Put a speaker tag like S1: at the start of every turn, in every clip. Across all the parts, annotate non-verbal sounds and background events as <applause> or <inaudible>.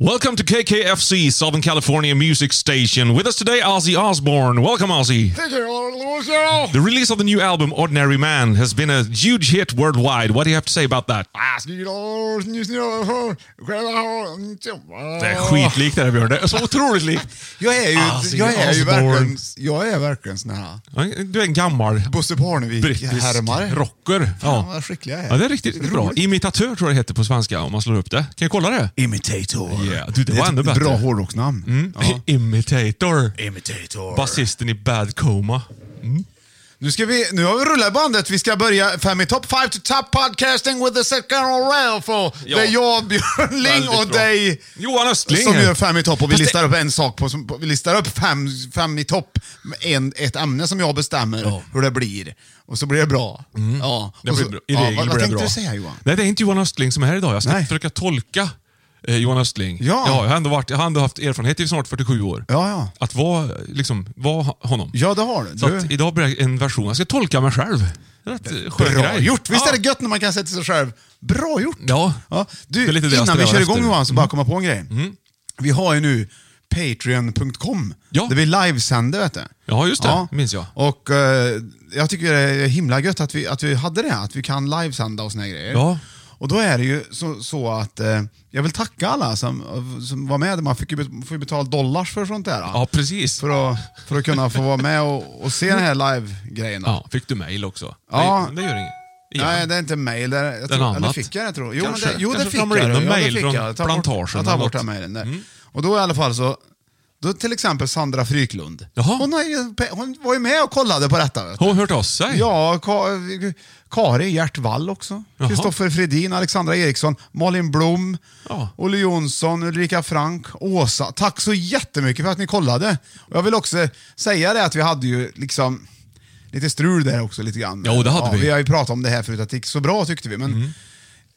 S1: Welcome to KKFC, Southern California Music Station. With us today, Ozzy Osbourne. Welcome, Ozzy.
S2: Thank you, Lord Lucio.
S1: The release of the new album, Ordinary Man, has been a huge hit worldwide. What do you have to say about that?
S2: Ask you, Lord Lucio.
S1: Det är skitlikt det här, Björn. Det är så otroligt likt.
S2: Jag är ju,
S1: Alltså,
S2: jag är ju
S1: Osborne.
S2: verkligen, jag är verkligen sån här
S1: Du är en gammal
S2: Bosse Parnevik-härmare.
S1: brittisk rocker.
S2: Fan, vad skicklig jag är.
S1: Ja, det är riktigt bra. Imitatör tror jag det heter på svenska om man slår upp det. Kan jag kolla det?
S2: Imitator.
S1: Yeah, du, det var
S2: är
S1: ännu
S2: ett
S1: bättre. Mm.
S2: Bra hårdrocksnamn. Ja.
S1: Imitator.
S2: Imitator.
S1: Basisten i Bad Coma.
S2: Nu, ska vi, nu har vi rullat bandet. Vi ska börja fem i top five to top podcasting with the second railful.
S1: Ja.
S2: Det är jag, Björn Ling
S1: Väldigt
S2: och
S1: bra.
S2: dig
S1: Johan Östling.
S2: som gör fem i topp och vi
S1: Fast det-
S2: listar upp en sak på, som- på- vi listar upp fem, fem i topp, med en, ett ämne som jag bestämmer hur det blir. Och så blir det bra. Ja.
S1: Mm. Det
S2: och
S1: blir
S2: så,
S1: bra. I
S2: ja,
S1: regel
S2: vad,
S1: blir
S2: vad
S1: det
S2: tänkte
S1: bra.
S2: du säga Johan?
S1: Nej, det är inte Johan Östling som är här idag. Jag ska
S2: Nej.
S1: försöka tolka eh, Johan Östling.
S2: Ja.
S1: Jag har ändå, varit, jag har ändå haft erfarenhet i snart 47 år.
S2: Ja, ja.
S1: Att vara, liksom, vara ho- honom.
S2: Ja, det har du.
S1: Så att
S2: du
S1: idag blir det en version. Jag ska tolka mig själv. Det är Rätt eh, skön
S2: bra
S1: grej.
S2: gjort! Visst
S1: ja.
S2: är det gött när man kan säga till sig själv, bra gjort!
S1: Ja.
S2: Ja,
S1: Det är
S2: du,
S1: lite det jag
S2: innan vi
S1: strävar
S2: kör
S1: efter.
S2: igång Johan, så bara komma på en grej.
S1: Mm.
S2: Vi har ju nu Patreon.com,
S1: Ja.
S2: där vi livesänder vet du.
S1: Ja, just det. Minns jag.
S2: Och eh, jag tycker det är himla gött att vi, att vi hade det, att vi kan livesända och såna här grejer.
S1: Ja.
S2: Och då är det ju så, så att eh, jag vill tacka alla som, som var med. Man fick ju bet- får ju betala dollars för sånt där.
S1: Ja, precis.
S2: För att, för att kunna få vara med och, och se den här live-grejen. då.
S1: Ja, fick du mail också?
S2: Ja.
S1: Nej, det gör inget. Igen.
S2: Nej, det är inte mejl. det är- Jag tror,
S1: annat.
S2: eller fick jag det tror jag. Jo,
S1: Kanske.
S2: men det, jo
S1: Kanske
S2: det fick
S1: ramlar in
S2: jag.
S1: någon
S2: det. Ja, det
S1: mail
S2: fick
S1: från
S2: jag. Jag tar bort-
S1: plantagen
S2: Jag tar
S1: eller
S2: bort
S1: något. Mm.
S2: den mejlen där. Och då i alla fall så, då till exempel Sandra Fryklund.
S1: Jaha.
S2: Hon, har ju, hon var ju med och kollade på detta. Vet du.
S1: Har hon hört av sig?
S2: Ja, Ka- Kari Gert Wall också.
S1: Jaha.
S2: Kristoffer Fredin, Alexandra Eriksson, Malin Blom,
S1: Ja.
S2: Olle Jonsson, Ulrika Frank, Åsa. Tack så jättemycket för att ni kollade. Och jag vill också säga det att vi hade ju liksom lite strul där också lite grann.
S1: Jo, det hade vi. Mm.
S2: Vi har ju pratat om det här förut, att det gick så bra tyckte vi. Men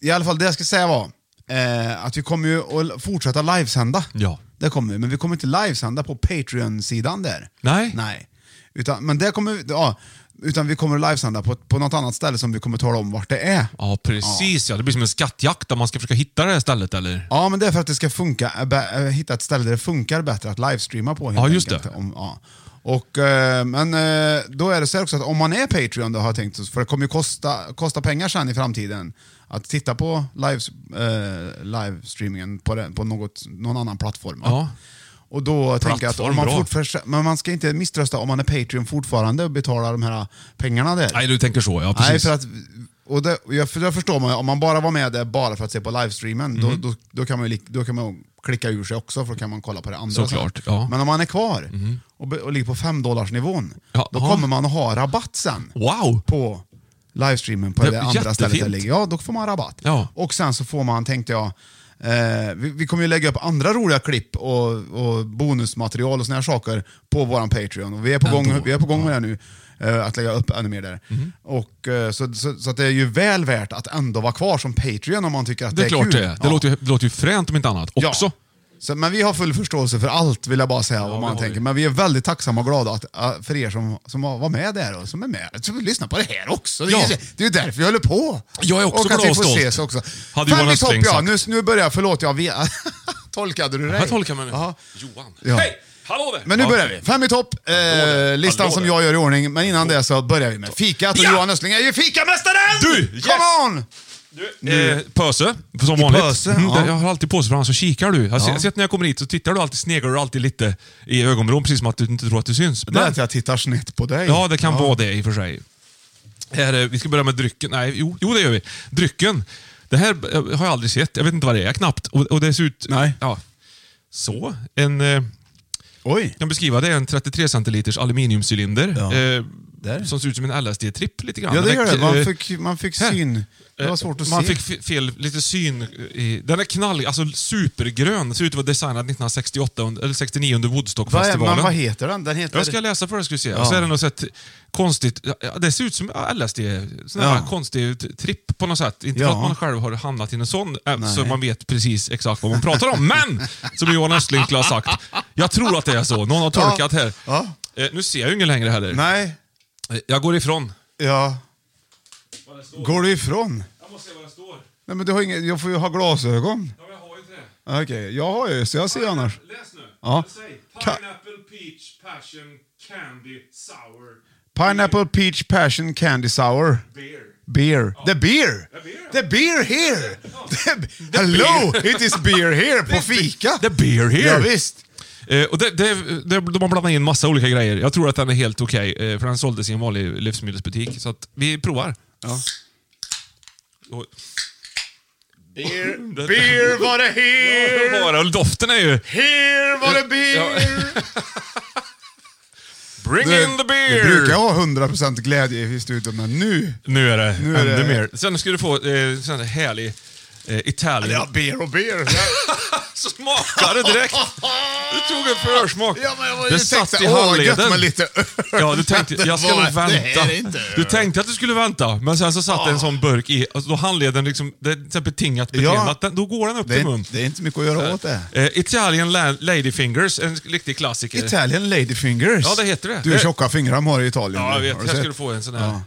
S2: i alla fall det jag ska säga var eh, att vi kommer ju att fortsätta livesända.
S1: Ja.
S2: Det kommer vi, men vi kommer inte livesända på Patreon-sidan där.
S1: Nej.
S2: Nej. Utan, men det kommer, vi- ja, utan vi kommer att livesända på, på något annat ställe som vi kommer tala om vart det är.
S1: Ja, precis. Ja. Det blir som en skattjakt där man ska försöka hitta det här stället, eller?
S2: Ja, men det är för att det ska funka, äh, bä- äh, hitta ett ställe där det funkar bättre att livestreama på. Helt
S1: Ja, just
S2: enkelt.
S1: det.
S2: Om, ja. Och, eh, men eh, då är det så här också att om man är Patreon, då har jag tänkt, för det kommer ju kosta, kosta pengar sen i framtiden, att titta på lives, eh, livestreamingen på, den- på något, någon annan plattform. va?
S1: Ja.
S2: Och då tänker jag att
S1: Plattform,
S2: om man
S1: bra.
S2: fortfar- men man ska inte misströsta om man är Patreon fortfarande och betalar de här pengarna där.
S1: Nej, du tänker så. Ja, precis.
S2: Nej, för att, och det, och jag, för det förstår man ju. om man bara var med där bara för att se på livestreamen,
S1: Mm-hmm.
S2: då, då, då, kan man ju, lik- då kan man klicka ur sig också, för då kan man kolla på det andra. sen.
S1: Såklart, ja. Mm-hmm.
S2: Men om man är kvar och, be- och ligger på 5 nivån
S1: Ja,
S2: då
S1: aha.
S2: kommer man ha rabatt sen
S1: Wow!
S2: på livestreamen på
S1: Det
S2: det,
S1: är
S2: andra stället det
S1: jättefint.
S2: ligger. Ja, då får man rabatt.
S1: Ja.
S2: Och sen så får man, tänkte jag, eh, vi, vi kommer ju lägga upp andra roliga klipp och, och bonusmaterial och såna här saker på våran Patreon. Och vi är på gång, vi är på gång med det nu, eh, att lägga upp ännu mer där.
S1: Mhm.
S2: Och, eh, så så, så att det är ju väl värt att ändå vara kvar som Patreon om man tycker att det,
S1: Det är klart
S2: kul.
S1: det är. Det, låter, ju- det låter ju fränt om inte annat också.
S2: Ja. Så, men vi har full förståelse för allt, vill jag bara säga, vad man tänker. Men vi är väldigt tacksamma och glada att, äh, för er som, som var med där och som är med. Så lyssna på det här också. Det är
S1: Ja.
S2: ju- det är ju därför vi håller på.
S1: Jag är också
S2: och att
S1: glad
S2: vi
S1: och
S2: får
S1: stolt.
S2: ses också.
S1: Hade
S2: Fan,
S1: Johan
S2: i
S1: Östling
S2: topp, ja.
S1: sagt.
S2: Nu, nu börjar jag, förlåt, jag vet. <laughs> Tolkade du dig?
S1: Här tolkar man nu.
S2: Ja.
S1: Johan.
S2: Ja.
S1: Hej! Hallå där!
S2: Men nu
S1: Ja.
S2: börjar vi. Fem i topp. Eh, listan
S1: Hallå
S2: som
S1: där.
S2: jag gör i ordning. Men innan det så börjar vi med fikat. Och
S1: Ja!
S2: Johan Östling är ju fikamästaren!
S1: Du, yes!
S2: Come on!
S1: Eh, pöse, som vanligt.
S2: pöse,
S1: Mm,
S2: ja.
S1: Jag har alltid påse fram så kikar du. Jag har se-
S2: Ja.
S1: sett när jag kommer hit så tittar du alltid, sneglar du alltid lite i ögonvrån precis som att du inte tror att du syns.
S2: Det är
S1: Men-
S2: att jag tittar snett på dig.
S1: Ja, det kan vara det i och för sig. Här, eh, vi ska börja med drycken. Nej, jo, jo, det gör vi. Drycken. Det här eh, har jag aldrig sett. Jag vet inte vad det är knappt. Och, och det ser ut...
S2: Nej.
S1: Ja. Så. En... Eh,
S2: Oj.
S1: kan beskriva det. är En 33 centiliters aluminiumcylinder.
S2: Ja.
S1: Eh,
S2: Där.
S1: Som ser ut som en LSD-tripp lite grann.
S2: Ja, det
S1: Den
S2: gör
S1: är-
S2: det.
S1: eh,
S2: Man fick, man fick
S1: här. Eh,
S2: syn. Det var svårt att
S1: man
S2: se.
S1: fick fe- fel, lite syn. i- Den är knall, alltså supergrön. ser ut att vara designad 1968, under- eller 69 under
S2: vad, är,
S1: Woodstockfestivalen.
S2: men vad heter den? Den heter...
S1: Jag ska läsa för dig ska du se. Och så är det något sätt konstigt. ja, Det ser ut som LSD. Sån
S2: Ja.
S1: här konstig t- tripp på något sätt. Inte
S2: Ja.
S1: för att man själv har hamnat i en sån, äh, så man vet precis exakt vad man pratar om. Men, som Johan Östling skulle ha sagt. Jag tror att det är så. Någon har tolkat här.
S2: Ja.
S1: Eh, nu ser jag ju ingen längre heller.
S2: Nej.
S1: Eh, Jag går ifrån.
S2: Ja. Går du ifrån?
S1: Jag måste se vad det står.
S2: Nej, men du har inget, jag får ju ha glasögon.
S1: Ja, jag har ju inte det.
S2: Okej, jag har ju, så jag ser annars.
S1: Läs nu.
S2: Ja.
S1: Säg.
S2: Ka-
S1: Pineapple, peach, passion, candy, sour,
S2: Pineapple Peach Passion Candy Sour.
S1: beer.
S2: Beer. The beer!
S1: beer.
S2: The beer here! The, hello! It is beer here på fika!
S1: The beer here!
S2: Ja, visst.
S1: Eh, och det, det, det, de har blandat in massa olika grejer. Jag tror att den är helt okej, eh, för den såldes i en vanlig livsmedelsbutik. Så att vi provar.
S2: Ja.
S1: Och,
S2: Beer, beer var det here!
S1: Bara, och doften är ju...
S2: Here var det beer!
S1: Bring
S2: Det-
S1: in the beer!
S2: Vi brukar ha 100% glädje i studion, men nu...
S1: Nu är det
S2: Nu är
S1: ännu
S2: det-
S1: mer. Sen ska du få eh, sån här härlig eh, Italien.
S2: Ja, beer och beer.
S1: Så smakar det
S2: <laughs>
S1: direkt. Du tog en försmak.
S2: Ja, men jag var ju
S1: det
S2: tänkte,
S1: satt i
S2: åh, vad gött
S1: handleden.
S2: med lite öl.
S1: ja,
S2: <laughs>
S1: du tänkte, jag ska
S2: Vad-
S1: nog
S2: det här
S1: vänta.
S2: är inte öl.
S1: du tänkte att du skulle vänta, men sen så satt det en sån burk i. Alltså, då handleden liksom, det är ett sånt betingat beteende.
S2: Ja.
S1: Att den, då går den upp
S2: Det är,
S1: till mun.
S2: inte- det är inte mycket att göra åt det.
S1: Eh, Italian la- Ladyfingers, en riktig klassiker.
S2: Italian Ladyfingers.
S1: Ja, det heter det.
S2: Du,
S1: Det-
S2: tjocka fingrar de har i Italien.
S1: ja, jag vet.
S2: Har
S1: Här ska
S2: sett?
S1: du få en sån här.
S2: Ja.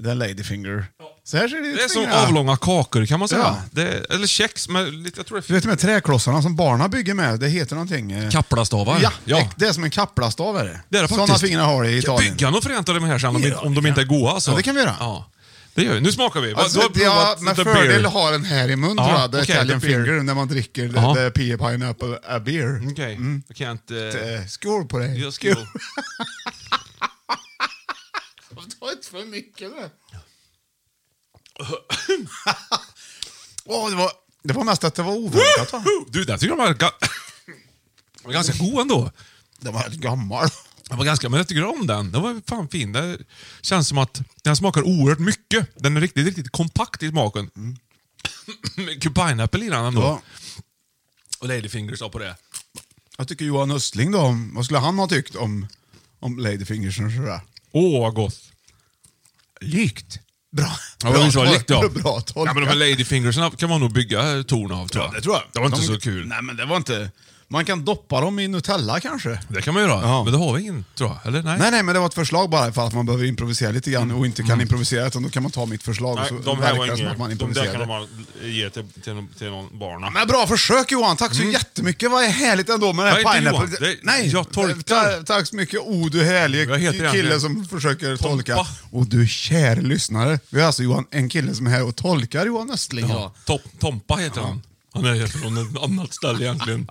S2: Det är Ladyfinger. Så här ser det ut.
S1: Det är som
S2: fingrarna.
S1: avlånga kakor kan man säga.
S2: Ja.
S1: Det, eller kex, men lite, jag tror det
S2: Du
S1: är
S2: vet de här träklossarna som barna bygger med, det heter någonting. eh,
S1: Kaplastavar.
S2: Ja,
S1: Ja.
S2: det är som en kaplastav är det.
S1: Det är det
S2: Sådana
S1: faktiskt.
S2: fingrar har det i
S1: Kan
S2: Italien.
S1: Bygga något fränt av de här sen om,
S2: Ja,
S1: inte- om
S2: vi
S1: de inte är goda. Alltså.
S2: Ja, det kan vi göra.
S1: Ja. Det gör vi. Nu smakar vi.
S2: Alltså,
S1: du har
S2: ja,
S1: provat
S2: med
S1: the
S2: fördel
S1: beer.
S2: ha den här i mun
S1: Ja,
S2: tror jag, the
S1: okej,
S2: Italian
S1: the beer.
S2: finger, när man dricker
S1: Ja.
S2: the, the pea pineapple a beer.
S1: Okej,
S2: Mm.
S1: jag kan inte...
S2: Eh, Skål på dig.
S1: Jag ska gå.
S2: <laughs> Ta inte för mycket
S1: <laughs>
S2: nu. Åh, det, var, det var mest att det var oväntat. va?
S1: Du, den tycker jag var, ga- den var ganska god ändå.
S2: Den var rätt gammal.
S1: Den var ganska, men jag tycker om den. Den var fan fin. Det känns som att den smakar oerhört mycket. Den är riktigt, riktigt kompakt i smaken. Mycket pineapple i den ändå.
S2: Mm. Ja.
S1: Och Ladyfingers sa på det.
S2: Jag tycker Johan Östling då, om, vad skulle han ha tyckt om, om Ladyfingers och sådär?
S1: Åh, vad gott.
S2: Likt. Bra.
S1: Ja, det var så likt ja.
S2: Bra tolkat.
S1: ja, men de här ladyfingersarna kan man nog bygga torn av tror jag.
S2: det tror jag.
S1: Det var inte
S2: de,
S1: så kul.
S2: Nej, men det var inte... Man kan doppa dem i Nutella kanske.
S1: Det kan man göra,
S2: Ja.
S1: men det har vi ingen tror jag. Eller nej?
S2: Nej, nej, men det var ett förslag bara ifall att man behöver improvisera lite grann och inte kan improvisera utan då kan man ta mitt förslag
S1: Mm. Nej,
S2: och så
S1: de här
S2: verkar
S1: var
S2: det som att man
S1: inget. De där
S2: improviserade.
S1: kan man ge till, till, till någon barna.
S2: Men bra försök Johan, tack så jättemycket. Vad härligt ändå med den här
S1: Nej, Mm. inte
S2: pineapple...
S1: Johan. Det-
S2: Nej,
S1: jag tolkar.
S2: Ta, tack så mycket. O du härlige
S1: Vad heter
S2: kille
S1: han?
S2: som försöker
S1: Tompa.
S2: tolka. Och du kär lyssnare. Vi har alltså Johan, en kille som är här och tolkar Johan Östling.
S1: ja. Top, Tompa heter han. Han är från ett annat ställe egentligen.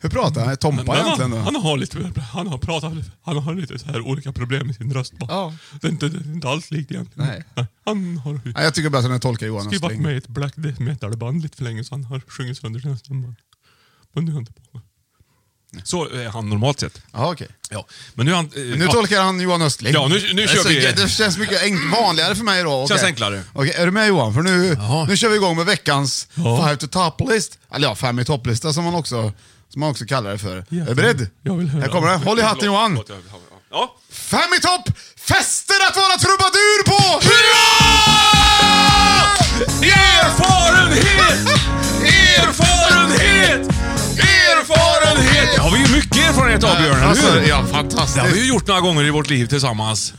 S2: Hur pratar han? Tompa egentligen
S1: han,
S2: då?
S1: han har lite, han har pratat, han har lite så här olika problem i sin röst bara.
S2: Ja.
S1: Det, är inte, det är inte alls likt egentligen.
S2: Nej.
S1: Han har ju
S2: Nej, jag tycker bättre när jag tolkar Johan
S1: skrivit varit
S2: Östling.
S1: med i ett black death metal-band lite för länge så han har sjungit sönder sina stämband. Men nu är han tillbaka. Så är han normalt sett.
S2: Ja, okej.
S1: Ja. Men nu är han... eh,
S2: Nu
S1: ja.
S2: tolkar han Johan Östling.
S1: Ja, nu- nu
S2: Det
S1: kör
S2: så-
S1: vi.
S2: Det känns mycket enk- vanligare för mig idag.
S1: Känns enklare.
S2: Okej, är du med Johan? För nu,
S1: Ja.
S2: nu kör vi igång med veckans
S1: Ja.
S2: Five to top-list. Eller ja, Fem i topplista som man också, som man också kallar det för.
S1: Ja.
S2: Är du beredd?
S1: Jag vill höra.
S2: Här kommer det. Håll i hatten Johan.
S1: Förlåt, förlåt, jag vill ha- Ja.
S2: Fem i topp! Fester att vara trubadur på!
S1: Erfarenhet! Erfarenhet! ett av Björn,
S2: Alltså,
S1: eller hur?
S2: ja,
S1: Det har vi ju
S2: fantastiskt.
S1: gjort några gånger i vårt liv tillsammans.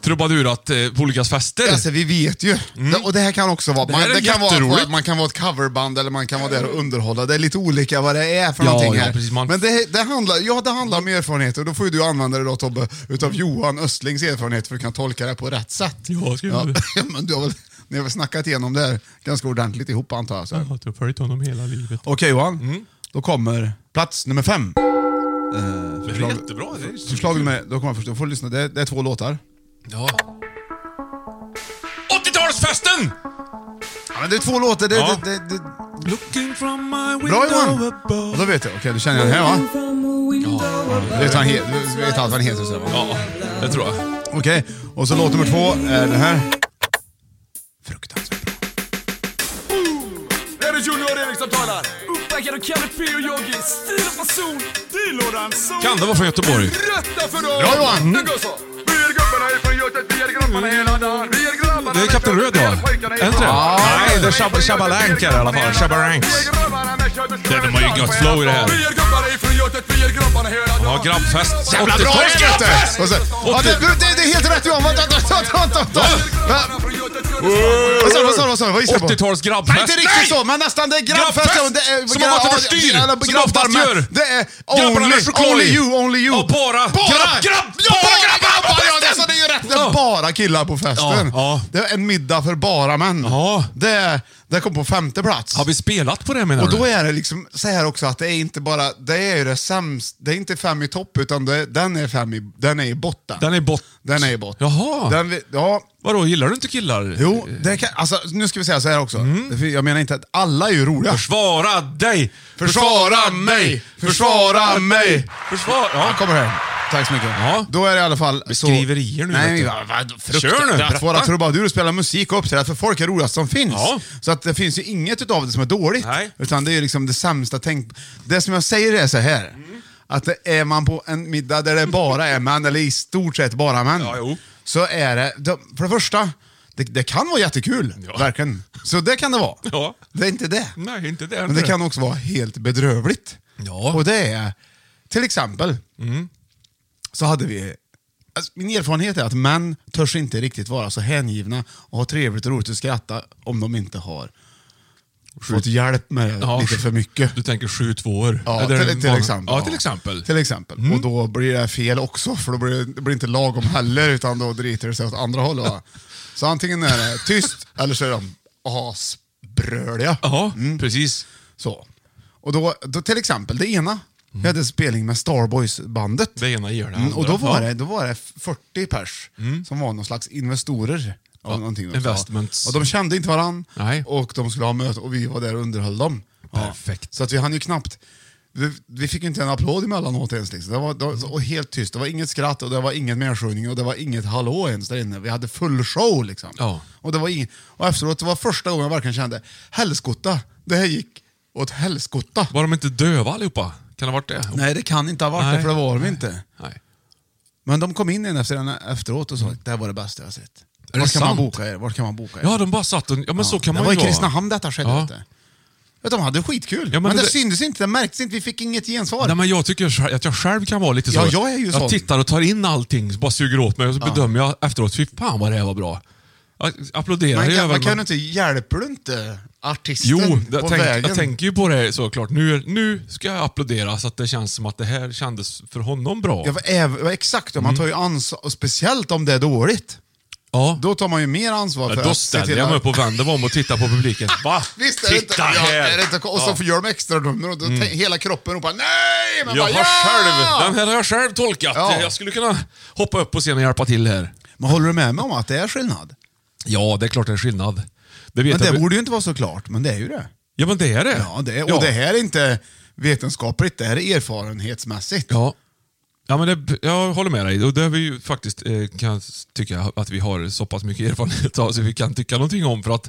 S1: Trubadurat eh, på olika fester.
S2: Alltså, vi vet ju. Det- Och det här kan också vara...
S1: Mm. Det
S2: Man,
S1: här är
S2: det kan vara
S1: jätteroligt.
S2: att man kan vara ett coverband eller man kan vara där och underhålla. Det är lite olika vad det är för
S1: Ja,
S2: någonting
S1: ja,
S2: här.
S1: precis, man-
S2: Men det, det, handlar, ja, det handlar om erfarenhet och då får ju du använda dig då Tobbe, utav Johan Östlings erfarenhet för att kunna tolka det på rätt sätt.
S1: Ja, ska vi
S2: <laughs> ja,
S1: göra det?
S2: men du har väl, ni har väl snackat igenom det här ganska ordentligt ihop antar jag. Så. här.
S1: Jag har följt honom hela livet.
S2: Okej Johan,
S1: Mm.
S2: då kommer plats nummer fem.
S1: Det är jättebra. Det är
S2: Förslag nummer, då kommer jag först, då får du lyssna. Det, det är två låtar.
S1: Ja. 80-talsfesten!
S2: Ja, men det är två låtar, det,
S1: Ja.
S2: det, det, det,
S1: Looking from my window
S2: Bra Johan!
S1: above.
S2: Och då vet jag, okej du känner igen det här va? Ja. Du vet, vad han he- du vet allt vad han heter och så va?
S1: Ja, det tror jag.
S2: Okej, och så låt nummer två är den här. Fruktansvärt bra.
S3: Är det Junior Erik som talar? Uppbackad av Kalle P och Yogi. Stil och fason.
S1: Kan det vara från Göteborg?
S3: Rötta för dem!
S2: Bra, Johan.
S3: Den går så. Vi är gubbarna ifrån Götet, vi är grabbarna hela dagen. Vi är grabbarna
S1: Det är Kapten Röd, va? Är det inte det? Nej, det är Shabba- Shabba Rank här i alla fall. Shabba Ranks. Det- de har ju gött flow i det här.
S3: Vi är grabbarna ifrån Götet, vi är grabbarna hela dagen.
S1: Ja, grabbfest.
S2: Jävla bra
S1: Åttiotal-
S2: vet du! Och så, ja, det, det, det är helt rätt Johan! Vänta, vänta, vänta, vänta! Va? Vad sa du, vad sa du, vad sa du? Vad gissade du på?
S1: 80-tals grabbfest.
S2: Nej, inte riktigt så, men nästan. Det är grabbfest.
S1: Grabbfest!
S2: ja, Det är,
S1: Som har varit
S2: ja,
S1: överstyr,
S2: ja,
S1: som oftast
S2: grabbar, men
S1: gör.
S2: Det är
S1: Grabbarna
S2: only,
S1: med choklad
S2: only
S1: i.
S2: you, only you.
S1: Ja, bara.
S2: Bara!
S1: Grabb- grabb-
S2: ja, bara
S1: bara
S2: grabbar!
S1: grabbar
S2: Ja, det är så det är ju rätt. Det är bara killar på festen.
S1: Ja, ja.
S2: Det är en middag för bara män.
S1: Ja.
S2: Det, det kom på femte plats.
S1: Har vi spelat på det menar
S2: Och
S1: du?
S2: då är det liksom så här också att det är inte bara, det är ju det sämst, det är inte fem i topp utan det, den, är fem i, den är i botten.
S1: Den är bort.
S2: Den är i botten.
S1: Jaha.
S2: Den, vi- ja,
S1: Vadå, gillar du inte killar?
S2: jo, det kan, alltså, nu ska vi säga så här också. För Jag menar inte att alla är ju roliga.
S1: Försvara dig!
S2: Försvara mig! Försvara mig!
S1: Försvara...
S2: Ja,
S1: Ja.
S2: kommer här. Tack så mycket.
S1: Ja.
S2: Då är det i alla fall... så-
S1: Skriverier nu, vet
S2: Nej,
S1: du.
S2: va, va,
S1: Kör nu,
S2: Att
S1: berätta.
S2: våra trubadurer spelar musik och uppträder för folk är roligast som finns.
S1: Ja.
S2: Så att det finns ju inget utav det som är dåligt.
S1: Nej.
S2: Utan det är ju liksom det sämsta tänk... Det som jag säger är så här. Att det är man på en middag där det bara är män, eller i stort sett bara män.
S1: Ja, jo.
S2: Så är det... då- För det första, det, det kan vara jättekul.
S1: Ja.
S2: Verkligen. Så det kan det vara.
S1: Ja.
S2: Det är inte det.
S1: Nej, inte det.
S2: Men det kan också vara helt bedrövligt.
S1: Ja. Mm.
S2: Och det är, till exempel, så hade vi... Alltså, min erfarenhet är att män törs inte riktigt vara så hängivna och ha trevligt och roligt och skratta om de inte har fått hjälp med
S1: Ja.
S2: lite för mycket.
S1: Du tänker sju tvåor?
S2: Ja,
S1: Är det
S2: till,
S1: den
S2: till
S1: van-
S2: exempel.
S1: Ja, till exempel. Mm.
S2: Till exempel. Och då blir det fel också, för då blir det, det blir inte lagom heller, utan då driter det sig åt andra hållet. va? Så antingen är det tyst, eller så är de asbröliga. Mm.
S1: Ja, precis.
S2: Så. Och då, då till exempel, det ena, vi hade spelning med Starboys-bandet.
S1: Mm. Det ena gör det
S2: Mm, och då
S1: andra.
S2: var,
S1: Ja. Mm.
S2: det, då var det 40 pers som var någon slags investorer. av
S1: Ja,
S2: någonting de sa.
S1: investments.
S2: Och de kände inte varandra
S1: Nej.
S2: och de skulle ha möte och vi var där och underhöll dem. Ja.
S1: Perfekt.
S2: Så att vi hann ju knappt... Vi, vi fick ju inte en applåd emellanåt ens. Liksom. Det var, det var och helt tyst. Det var inget skratt och det var ingen mersjungning och det var inget hallå ens där inne. Vi hade full show liksom.
S1: Ja.
S2: Och, det var ing, och efteråt, det var första gången jag verkligen kände helskotta. Det här gick åt helskotta.
S1: Var de inte döva allihopa? Kan det ha varit det?
S2: Nej, det kan inte ha varit det,
S1: Nej.
S2: för det var de
S1: Nej.
S2: inte.
S1: Nej.
S2: Men de kom in en efter en efteråt och sa att det här var det bästa jag har sett.
S1: det
S2: Vart kan, man
S1: sant?
S2: boka er? Vart kan man boka er?
S1: Ja, de bara satt och... Ja, men så kan
S2: det
S1: man
S2: var
S1: ju
S2: i Kristinehamn detta skedde.
S1: Ja.
S2: vet du. Vet du, De hade skitkul,
S1: Ja, men
S2: men, det,
S1: det-
S2: syntes inte, det märktes inte, vi fick inget gensvar.
S1: Nej, men jag tycker sj- att jag själv kan vara lite så.
S2: Ja, jag är ju
S1: jag
S2: sån.
S1: tittar och tar in allting, bara suger åt mig och så bedömer jag efteråt. Fy fan vad det här var bra. Jag applåderar
S2: man,
S1: ju
S2: kan,
S1: även,
S2: man kan
S1: men-
S2: ju inte, hjälper du inte artisten
S1: Jo,
S2: på
S1: jag, tänk,
S2: vägen?
S1: jag tänker ju på det såklart. Nu, är- nu ska jag applådera så att det känns som att det här kändes för honom bra.
S2: Ja, för äv- exakt,
S1: Mm.
S2: och man tar ju ansvar, och speciellt om det är dåligt.
S1: ja.
S2: Då tar man ju mer ansvar
S1: Ja,
S2: för
S1: då
S2: att se
S1: ställer
S2: till
S1: jag mig
S2: att-
S1: upp och vänder mig om och tittar på publiken. Va?
S2: <laughs> Visst är det inte,
S1: Titta
S2: ja,
S1: här! Mm.
S2: är det inte, och så gör de extra nummer och då tänk- hela kroppen ropar nej! Man
S1: Jag
S2: bara,
S1: har
S2: ja!
S1: själv, den här har jag själv tolkat.
S2: Ja.
S1: Jag skulle kunna hoppa upp på scenen och hjälpa till här.
S2: Men håller du med mig om att det är skillnad?
S1: Ja, det är klart det är skillnad. Det vet
S2: Men det
S1: jag.
S2: borde ju inte vara så klart, men det är ju det.
S1: Ja, men det är det.
S2: Ja, det är, och
S1: ja.
S2: det här är inte vetenskapligt, det här är erfarenhetsmässigt.
S1: Ja. Ja, men det, jag håller med dig. Och det har vi ju faktiskt, eh, kan jag tycka, att vi har så pass mycket erfarenhet av så vi kan tycka någonting om. För att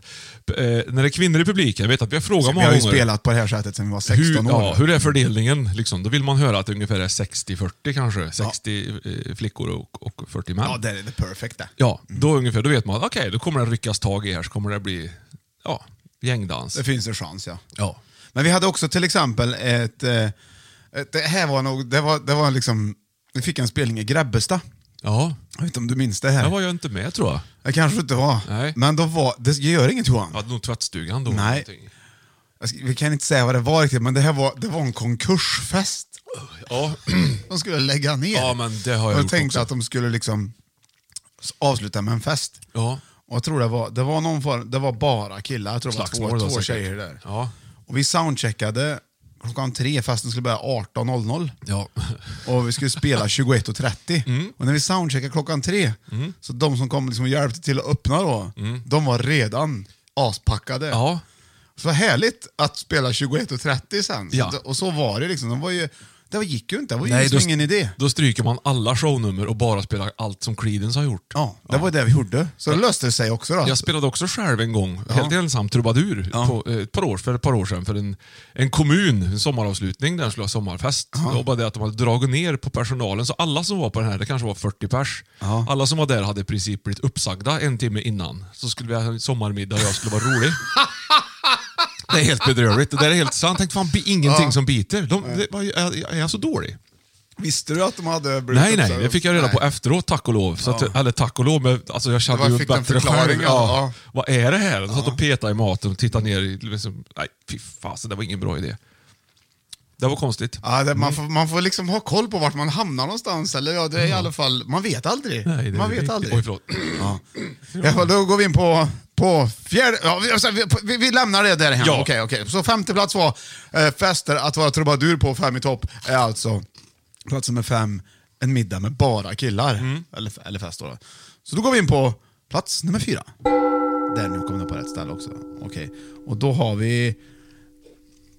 S1: eh, när det är kvinnor i publiken, jag vet att vi har frågat
S2: Vi
S1: många
S2: har ju
S1: gånger.
S2: spelat på det här sättet sedan vi var 16
S1: hur,
S2: år.
S1: ja, hur är fördelningen? Liksom? Då vill man höra att det ungefär är 60-40 kanske. 60 eh, flickor och, och 40 män.
S2: ja, det Mm. är det perfekta.
S1: Ja, då ungefär, då vet man att okej, då kommer det ryckas tag i här så kommer det bli ja, gängdans.
S2: Det finns en chans, ja.
S1: Ja.
S2: Men vi hade också till exempel ett, eh, Eh, Det här var nog, det var, det var liksom, vi fick en spelning i Grebbestad.
S1: Ja,
S2: Jag vet inte om du minns det här?
S1: där var jag inte med tror jag.
S2: Det kanske du inte var.
S1: Nej.
S2: Men då var, det gör inget Johan.
S1: Jag hade nog tvättstugan då.
S2: Nej.
S1: någonting.
S2: Jag ska- Vi kan inte säga vad det var riktigt, men det här var, det var en konkursfest.
S1: Ja, <clears throat>
S2: De skulle lägga ner.
S1: Ja, men det har jag
S2: Jag
S1: gjort
S2: tänkte
S1: också.
S2: att de skulle liksom s- avsluta med en fest.
S1: ja.
S2: Och jag tror det var, det var någon form, det var bara killar, jag tror det var
S1: Slagsmål
S2: två,
S1: då
S2: två
S1: säkert.
S2: tjejer där.
S1: Ja.
S2: Och vi soundcheckade klockan tre, festen skulle börja 18.00.
S1: Ja.
S2: Och vi skulle spela 21.30.
S1: Mm.
S2: Och när vi soundcheckade klockan tre, så de som kom liksom och hjälpte till att öppna då, de var redan aspackade.
S1: Mm. ja.
S2: Så vad härligt att spela 21.30 sen.
S1: Ja.
S2: Så, och så var det liksom. De var ju, det var- gick ju inte, det var ju liksom
S1: då,
S2: ingen idé.
S1: Då stryker man alla shownummer och bara spelar allt som Creedence har gjort.
S2: Ja, det var ju det vi gjorde. Så det löste det sig också då.
S1: Jag spelade också själv en gång, helt ensam, trubadur, på, eh, ett par år, för ett par år sedan för en, en kommun, en sommaravslutning där de skulle ha sommarfest. Det var bara det att de hade dragit ner på personalen, så alla som var på den här, det kanske var 40 pers, alla som var där hade i princip blivit uppsagda en timme innan. Så skulle vi ha en sommarmiddag och jag skulle vara
S2: <laughs>
S1: rolig. Det är helt bedrövligt. Det där är helt sant. Jag tänkte fan, bi- ingenting som biter. De, det, vad- är, är jag så dålig?
S2: Visste du att de hade brutit
S1: Nej,
S2: upp
S1: nej.
S2: sig?
S1: Det fick jag reda på
S2: Nej.
S1: efteråt, tack och lov. Så att, Eller tack och lov, men alltså, jag
S2: Det
S1: kände
S2: var-
S1: ju
S2: fick en
S1: bättre
S2: förklaring,
S1: själv.
S2: ja.
S1: Vad är det här? Jag satt och petade i maten och tittade ner. i- Liksom, nej, fy fasen, det var ingen bra idé. Det var konstigt.
S2: Ja, det,
S1: Mm.
S2: man, får, man får liksom ha koll på vart man hamnar någonstans. Eller ja, det är i alla fall, man vet aldrig.
S1: Nej, det
S2: man
S1: är
S2: vet
S1: inte-
S2: aldrig.
S1: Oj, förlåt.
S2: Ja. I alla fall, då går vi in på, på fjärde... Ja, vi, alltså, vi, vi, vi lämnar det där hemma.
S1: Ja.
S2: Okej, okej. Så femte plats var eh, fester att vara trubadur på fem i topp är alltså plats nummer fem, en middag med bara killar. Eller, eller fest då. Så då går vi in på plats nummer fyra. Där nu kom det på rätt ställe också. Okej. Och då har vi...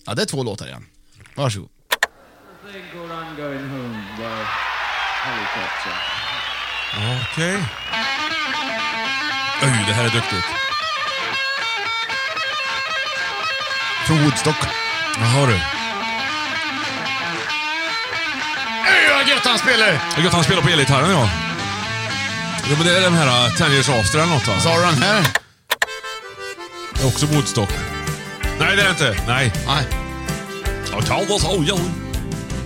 S2: Ja, det är två låtar igen. Varsågod.
S1: Ja, Okej. Oj, det här är duktigt.
S2: Från Woodstock.
S1: Jaha du.
S2: Ey, vad gött han spelar!
S1: Det är gött han spelar på elgitarren ja. Jo, men det är den här uh, Ten years after eller något va?
S2: Så har du den här.
S1: Det är Också Woodstock. Nej, det är det inte. Nej.
S2: Nej.
S1: Ja, ta vad sa jag?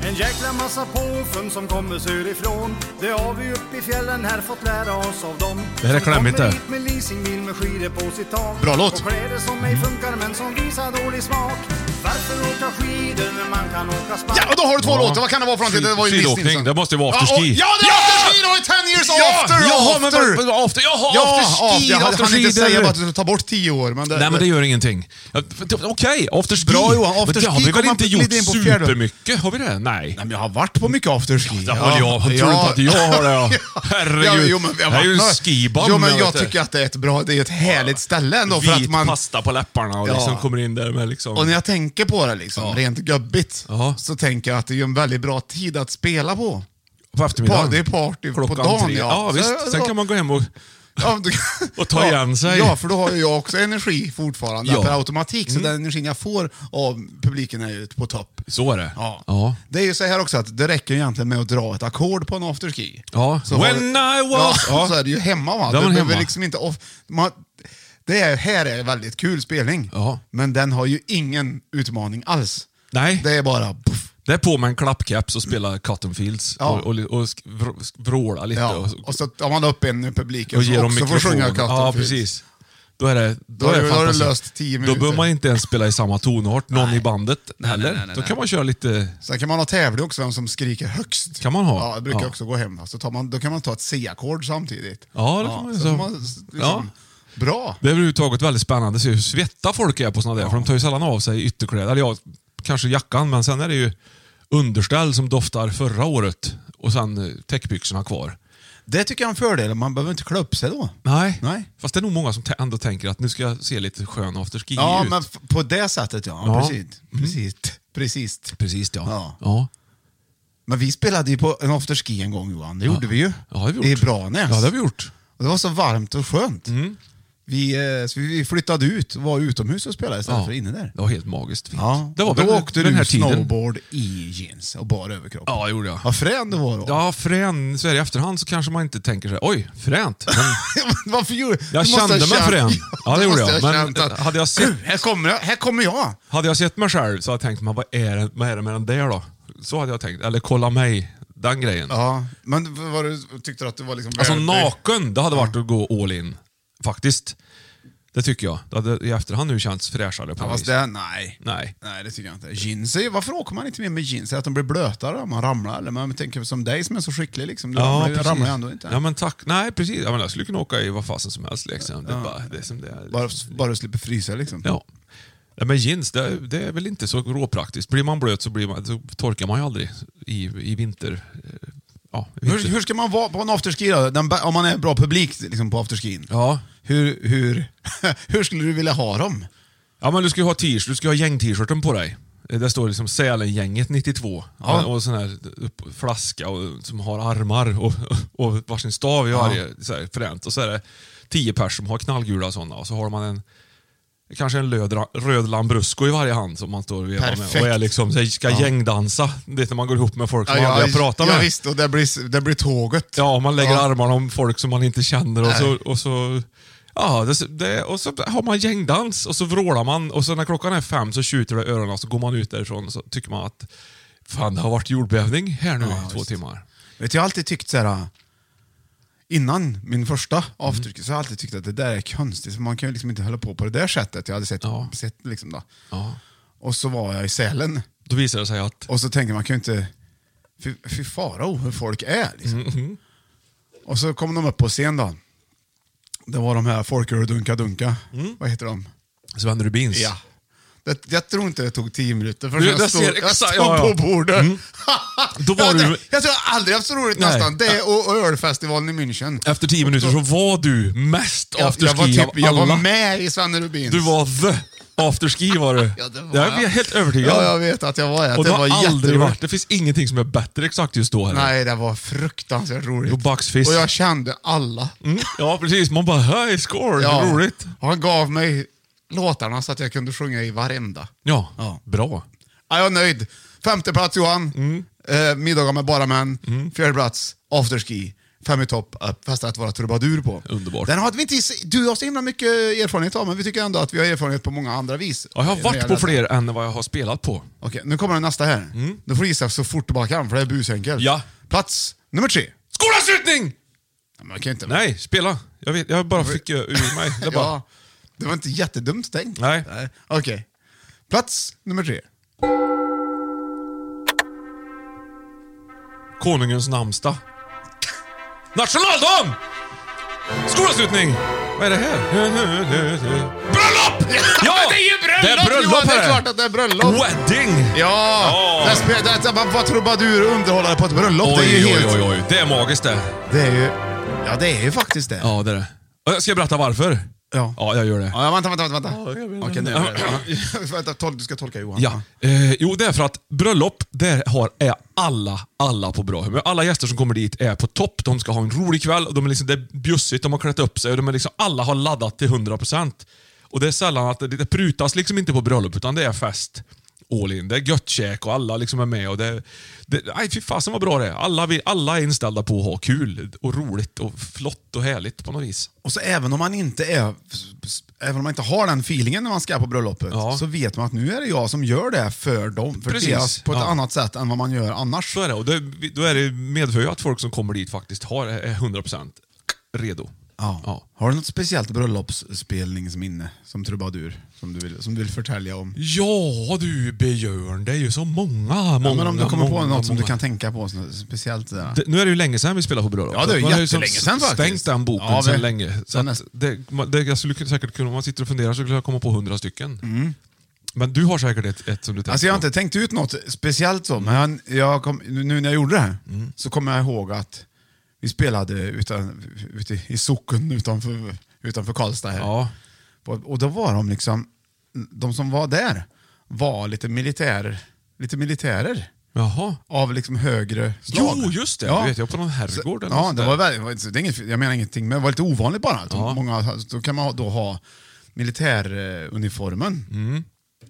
S4: En jäkla massa påfund som kommer surifrån Det har vi upp i fjällen här fått lära oss av dem
S1: Det här är klämmigt,
S4: Som
S1: det.
S4: kommer hit med leasingbil med skidor på sitt tak
S2: Bra låt.
S4: Och kläder som
S1: Mm.
S4: ej funkar men som visar dålig smak Varför åka skidor när man kan åka spark?
S2: Ja, och då har du två
S1: Ja.
S2: låtar. Vad kan det vara för någonting? Det var ju Miss
S1: Skidåkning.
S2: Nilsson.
S1: Det måste ju vara afterski.
S2: Ja, och, ja det var afterski! Det var ju 10 years after!
S1: jaha, men
S2: after.
S1: vad- vad- after, jaha,
S2: ja,
S1: afterski,
S2: Jag hann inte
S1: afterski,
S2: säga
S1: det-
S2: bara att du skulle ta bort 10 år, men det...
S1: Nej, men det gör ingenting. Ja, f- t- Okej, afterski.
S2: Bra, Johan.
S1: Men
S2: Afterski
S1: det har vi väl
S2: kommer
S1: inte
S2: att
S1: gjort
S2: glida in på fjärde.
S1: supermycket? Har vi det? Nej.
S2: Nej, men jag har varit på mycket afterski.
S1: Ja, det håller jag. Tror du inte att jag har det, ja? Herregud.
S2: <laughs> Ja, jo, men vi har
S1: Det här är ju en
S2: varit-
S1: skiband,
S2: Jo, men
S1: jag
S2: jag
S1: vet det.
S2: tycker att det är ett bra, det är ett härligt ställe ändå. För att
S1: Vit
S2: man,
S1: pasta på läpparna och
S2: Ja.
S1: liksom kommer in där med liksom...
S2: och när jag tänker på det liksom, rent gubbigt,
S1: Ja.
S2: så tänker jag att det är ju en väldigt bra tid att spela på.
S1: på eftermiddagen.
S2: Pa- det är party på
S1: Klockan
S2: dagen,
S1: tre.
S2: ja.
S1: Ja,
S2: Så-
S1: visst. Sen
S2: så-
S1: kan man gå hem och...
S2: Ja, du,
S1: Och ta igen sig.
S2: Ja, för då har ju jag också energi fortfarande
S1: Ja. Mm.
S2: per automatik. Så den energin jag får av publiken är ju på topp.
S1: Så är det.
S2: Ja.
S1: Ja.
S2: Det är ju så här också att det räcker ju egentligen med att dra ett ackord på en afterski.
S1: Ja.
S2: Så har
S1: When
S2: du-
S1: I was-
S2: Ja,
S1: Ja.
S2: Så är det ju hemma
S1: Där
S2: va.
S1: var
S2: Du
S1: man
S2: behöver
S1: hemma.
S2: liksom inte off... man, det är, här är en väldigt kul spelning,
S1: Ja.
S2: men den har ju ingen utmaning alls.
S1: Nej.
S2: Det är bara... Puff.
S1: Det är på med en klappkeps och spela Cotton Fields
S2: Ja.
S1: och, och, och sk- vrå- sk- vråla lite.
S2: Ja.
S1: och,
S2: Och så tar man upp en i publiken
S1: och
S2: som
S1: ger dem
S2: också får
S1: mikrofon.
S2: sjunga Cut
S1: Ja,
S2: and Fields.
S1: precis. Då är det, då
S2: Då
S1: är
S2: har
S1: det
S2: du- då har du
S1: fantasi.
S2: löst tio
S1: Då behöver
S2: minuter.
S1: man inte ens spela i samma tonart, någon i bandet heller. Då kan man köra lite...
S2: Sen kan man ha tävling också, vem som skriker högst.
S1: Kan man ha?
S2: Ja, det brukar
S1: Ja.
S2: också gå hem. Så tar man, då kan man ta ett C-ackord samtidigt.
S1: Ja, det kan man ju.
S2: så
S1: Så-
S2: man, liksom,
S1: Ja.
S2: Bra.
S1: Det är överhuvudtaget väldigt spännande att se hur svetta folk är på sådana där, för de tar ju sällan av sig ytterkläder. Eller ja, kanske jackan, men sen är det ju underställ som doftar förra året och sen eh, täckbyxorna kvar.
S2: Det tycker jag är en fördel, man behöver inte klä upp sig då.
S1: Nej.
S2: Nej.
S1: Fast det är nog många som t- ändå tänker att nu ska jag se lite skön afterski
S2: Ja,
S1: ut.
S2: men f- på det sättet ja.
S1: Ja. Mm.
S2: Precis. Precis. Precis.
S1: Precis ja.
S2: Ja.
S1: ja.
S2: Men vi spelade ju på en afterski en gång Johan, det gjorde vi ju.
S1: Ja, det har vi gjort.
S2: I Branäs.
S1: Ja, det har vi gjort. Mm.
S2: Och det var så varmt och skönt. Vi, eh, så vi flyttade ut och var utomhus och spelade istället
S1: Ja.
S2: för inne där.
S1: Det var helt magiskt fint.
S2: Ja.
S1: Det var
S2: då
S1: väl
S2: åkte
S1: vid den
S2: du
S1: här tiden.
S2: snowboard i jeans och bara överkropp.
S1: Ja, det gjorde jag.
S2: Vad frän du var då. <laughs>
S1: Ja, frän. Så här i efterhand så kanske man inte tänker så här, oj, fränt. Men
S2: Varför gjorde
S1: Jag
S2: du måste ha
S1: kände mig
S2: känt-
S1: frän. Ja, det
S2: <laughs> du
S1: gjorde
S2: måste
S1: jag.
S2: ha
S1: Men,
S2: känt
S1: eh,
S2: <clears throat>
S1: hade jag sett-
S2: Här kommer jag! Här kommer jag.
S1: hade jag sett mig själv så hade jag tänkt, man, vad, är det, vad är det med den där då? Så hade jag tänkt. Eller kolla mig. Den grejen.
S2: Ja, men v- var du, tyckte du att du var liksom...
S1: Alltså
S2: väldigt-
S1: naken, det hade varit att gå all in. Faktiskt. Det tycker jag. Det hade i efterhand nu känts fräschare på
S2: Ja,
S1: något
S2: fast
S1: vis.
S2: det, nej.
S1: Nej.
S2: Nej, det tycker jag inte. Jeans, är- varför åker man inte mer med jeans? Är det Att de blir blötare om man ramlar? Eller man tänker som dig som är så skicklig liksom. Du ramlar, ju- ramlar ju ändå inte.
S1: Ja, men tack. Nej, precis. Jag, menar, jag skulle kunna åka i vad fasen som helst. Liksom. Det, är bara, det är som det är.
S2: bara, bara du slipper frysa liksom.
S1: Ja. Ja, men jeans, det, är- det är väl inte så råpraktiskt. Blir man blöt så, blir man, så torkar man ju aldrig i, i vinter. eh, Ja, vinter.
S2: Hur, hur ska man vara på en afterski då? Den, ba- om man är bra publik liksom, på afterskin.
S1: Ja.
S2: Hur, hur, <laughs> hur skulle du vilja ha dem?
S1: ja, men du ska ju ha t-shirt, du ska ha gäng-t-shirten på dig. Eh, Där står liksom Sälengänget 92.
S2: Ja.
S1: Och sån här upp, flaska och, som har armar och, <laughs> och varsin stav i varje. Så här, fränt. Och så är det tio pers som har knallgula sådana. Och så har man en Kanske en löd, röd Lambrusco i varje hand som man står och vevar med.
S2: Perfekt.
S1: Och är liksom, så här, ska
S2: Ja.
S1: gängdansa. Det är när man går ihop med folk som man aldrig har pratat
S2: ja,
S1: med.
S2: visst, och det blir, det blir tåget.
S1: Ja, man lägger
S2: Ja.
S1: armarna om folk som man inte känner och så,
S2: Nej.
S1: och så... Ja, det, det, och så har man gängdans och så vrålar man och så när klockan är fem så tjuter det i öronen och så går man ut därifrån och så tycker man att fan, det har varit jordbävning här nu i två timmar.
S2: Vet, du, jag har alltid tyckt så här. äh, Innan min första afterski så har jag alltid tyckt att det där är konstigt. för Man kan ju liksom inte hålla på på det där sättet. Jag hade sett,
S1: Ja.
S2: sett liksom då.
S1: Ja.
S2: Och så var jag i Sälen
S1: Då visar det sig att...
S2: och så tänkte man kan ju inte... Fy, fy farao hur folk är. Liksom.
S1: Mm,
S2: Och så kom de upp på scen då. Det var de här Folköl och Dunka Dunka.
S1: Mm.
S2: Vad heter de?
S1: Sven Rubins.
S2: Ja. Det, jag tror inte det tog tio minuter
S1: Du,
S2: förrän jag,
S1: jag
S2: stod,
S1: ser
S2: jag
S1: exakt-
S2: stod
S1: ja, ja.
S2: på bordet.
S1: Mm. Då var
S2: jag,
S1: du-
S2: jag tror jag aldrig haft så roligt
S1: Nej.
S2: nästan. Det och, och ölfestivalen i München.
S1: Efter tio minuter så var du mest
S2: jag, jag, var,
S1: afterski
S2: typ, jag
S1: av alla.
S2: var med i Svanne Rubins.
S1: Du var the afterski var du.
S2: Ja, det var
S1: jag är helt övertygad.
S2: Ja, jag vet att jag var det.
S1: och
S2: det
S1: det har
S2: var
S1: aldrig
S2: jätteroligt.
S1: varit. Det finns ingenting som är bättre exakt just då. heller.
S2: Nej, det var fruktansvärt roligt.
S1: Och Bucks-fisk.
S2: Och jag kände alla.
S1: Mm. Ja, precis. Man bara, hej, score,
S2: Ja.
S1: roligt.
S2: Och han gav mig låtarna så att jag kunde sjunga i varenda.
S1: Ja,
S2: Ja.
S1: bra.
S2: Ja, jag är nöjd. Femte plats Johan.
S1: Mm.
S2: Eh, middagar med bara män. Fjärde plats afterski. Fem i topp att festa att vara trubadur på.
S1: Underbart.
S2: Den hade vi inte, s- du har så himla mycket erfarenhet av, men vi tycker ändå att vi har erfarenhet på många andra vis.
S1: Ja, jag har
S2: När
S1: varit
S2: det
S1: på
S2: gäller
S1: fler än vad jag har spelat på.
S2: detta. Okej, nu kommer den nästa här. Du får du gissa så fort du bara kan, för det är busenkelt.
S1: Ja.
S2: Plats nummer tre.
S1: Skolavslutning!
S2: Ja, Man kan ju inte...
S1: Nej, spela. Jag, vet, jag bara fick ju ur mig. Det
S2: det,
S1: är bara,
S2: <laughs> ja, det var inte jättedumt tänkt.
S1: Nej.
S2: Okej. Plats nummer tre.
S1: Konungens namnsdag. Nationaldagen! Skolavslutning! Vad är det här? Bröllop! <laughs> Ja!
S2: det är ju bröllop!
S1: Det är bröllop
S2: Johan, det
S1: här.
S2: är klart att det är bröllop!
S1: Wedding!
S2: Ja!
S1: Ja.
S2: Där spel, där, där, vad- vad trubadur och underhållare på ett bröllop? det är ju
S1: Oj, oj,
S2: helt...
S1: oj, oj. Det är magiskt det.
S2: Det är ju... Ja, det är ju faktiskt det.
S1: Ja, det är det. Och jag Ska jag berätta varför?
S2: Ja.
S1: Ja, jag gör det.
S2: Ja, vänta, vänta, vänta.
S1: Ja,
S2: vänta.
S1: jag vet.
S2: Okej, nu är det. <laughs> Vänta, tol- du ska tolka Johan.
S1: Ja. Eh, jo, det är för att bröllop, där har, är alla, alla på bra humör. Alla gäster som kommer dit är på topp. De ska ha en rolig kväll. Och de är liksom, det är bjussigt, de har klätt upp sig och de är liksom, alla har laddat till 100%. Och det är sällan att det, det prutas liksom inte på bröllop, utan det är fest. All in. Det är gött käk och alla liksom är med. Och det, det, aj, fy fasen vad bra det är. Alla, vi, alla är inställda på att ha kul och roligt och flott och härligt på något vis.
S2: Och så även om man inte är... Även om man inte har den feelingen när man ska på bröllopet,
S1: Ja.
S2: så vet man att nu är det jag som gör det för dem. För
S1: Precis.
S2: deras, på ett
S1: Ja.
S2: annat sätt än vad man gör annars.
S1: Så är det. Och det, då är det medför ju att folk som kommer dit faktiskt har, är 100% redo.
S2: Ja. Har du något speciellt bröllopsspelningsminne som trubadur som du vill, som du vill förtälja om?
S1: Ja du Björn, det är ju så många, många,
S2: Ja, men om du kommer
S1: många,
S2: på något som
S1: många.
S2: du kan tänka på så- speciellt. Sådär.
S1: Det, nu är det ju länge sedan vi spelade på bröllop.
S2: Ja, det är ju
S1: Man har
S2: jättelänge
S1: som
S2: sedan faktiskt.
S1: Stängt den boken
S2: Ja, vi-
S1: sedan länge. Så
S2: den är-
S1: att det, man- det, jag skulle kunna- säkert kunna, om man sitter och funderar så skulle jag komma på hundra stycken. Men du har säkert ett, ett som du tänker
S2: Mm. Alltså jag har
S1: på.
S2: inte tänkt ut något speciellt så, men jag, jag kom, nu när jag gjorde det här
S1: Mm.
S2: så kommer jag ihåg att vi spelade utan, ute i socken utanför, utanför Karlstad. Här.
S1: Ja.
S2: Och, och då var de liksom, de som var där var lite militärer, lite militärer
S1: Jaha.
S2: av liksom högre slag.
S1: Jo, just det. Det vet jag, på någon herrgård eller
S2: så, Ja,
S1: något
S2: det
S1: sånt
S2: var
S1: där.
S2: väldigt, det var inte- det är inget, jag menar ingenting, men det var lite ovanligt bara. Att
S1: Ja.
S2: många, alltså, då kan man ha- då ha militäruniformen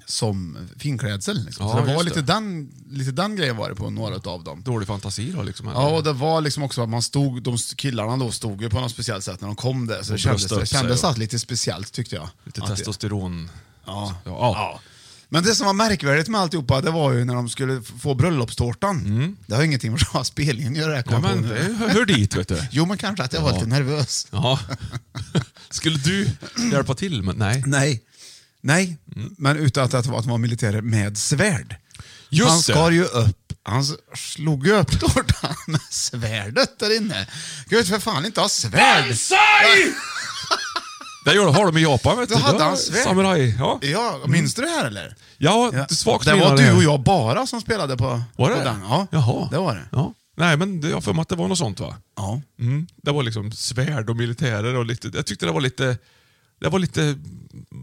S2: som finklädsel. Liksom.
S1: Mm. Ja,
S2: så det var
S1: just det.
S2: lite,
S1: Mm.
S2: Den, lite den grejen var det på några av dem.
S1: Dålig fantasi då liksom.
S2: Ja, och det var liksom också att man stod, de killarna då stod ju på något speciellt sätt när de kom där. Så det kändes,
S1: bröstade
S2: det
S1: upp sig
S2: kändes
S1: och-
S2: att lite speciellt tyckte jag.
S1: Lite
S2: Att det-
S1: testosteron.
S2: Ja.
S1: Ja.
S2: Ja. Men det som var märkvärdigt med alltihopa, det var ju när de skulle f- få bröllopstårtan. Det har ingenting med själva <laughs> spelningen att göra. jag kom
S1: Mm. Ja,
S2: på
S1: men
S2: nu.
S1: det hör dit, vet du.
S2: Jo, men kanske att jag var lite nervös.
S1: Ja. <laughs> Skulle du hjälpa till? Men nej.
S2: Nej. Nej,
S1: Mm.
S2: men utan att att det var att de var militärer med svärd.
S1: Just
S2: han
S1: det.
S2: skar ju upp, han s- slog ju upp <laughs> tårtan med svärdet där inne. Gud, för fan inte ha svärd!
S1: Det gör, har de i Japan, vet du.
S2: Då hade
S1: Då-
S2: han svärd.
S1: Samurai. Ja, Mm.
S2: Ja, minns du det här eller?
S1: ja,
S2: Ja.
S1: det är svagt
S2: det var
S1: menade
S2: du
S1: jag.
S2: och jag bara som spelade på,
S1: Var det
S2: på den. Ja,
S1: Jaha.
S2: det var det.
S1: Ja. Nej, men det- jag har för mig att det var något sånt, va?
S2: Ja.
S1: Mm. Det var liksom svärd och militärer och lite... Jag tyckte det var lite... Det var lite...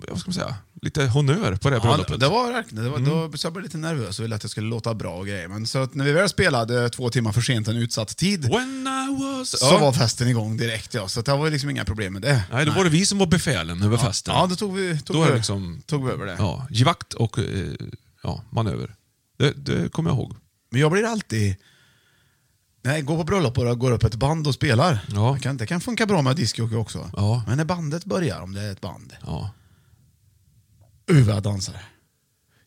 S1: Vad ska man säga? Lite honör på det här
S2: Ja,
S1: bröllopet. Mm.
S2: det var verkligen det. Var, Då så jag blev lite nervös och ville att det skulle låta bra och grejer. Men så att när vi väl spelade två timmar för sent en utsatt tid
S1: When I was...
S2: så var festen igång direkt. Ja. Så att det var liksom inga problem med det.
S1: Nej, då var det vi som var befälen över festen.
S2: Ja, då tog vi, tog
S1: Då är
S2: vi,
S1: det liksom-
S2: tog vi över det.
S1: Ja, givakt och eh, ja, manöver. Det, det kommer jag ihåg.
S2: Men jag blir alltid... Nej, gå på bröllop och går upp ett band och spelar.
S1: Ja.
S2: Det, kan, det kan funka bra med discjockey också.
S1: Ja.
S2: Men när bandet börjar, om det är ett band,
S1: Ja,
S2: uva jag dansar.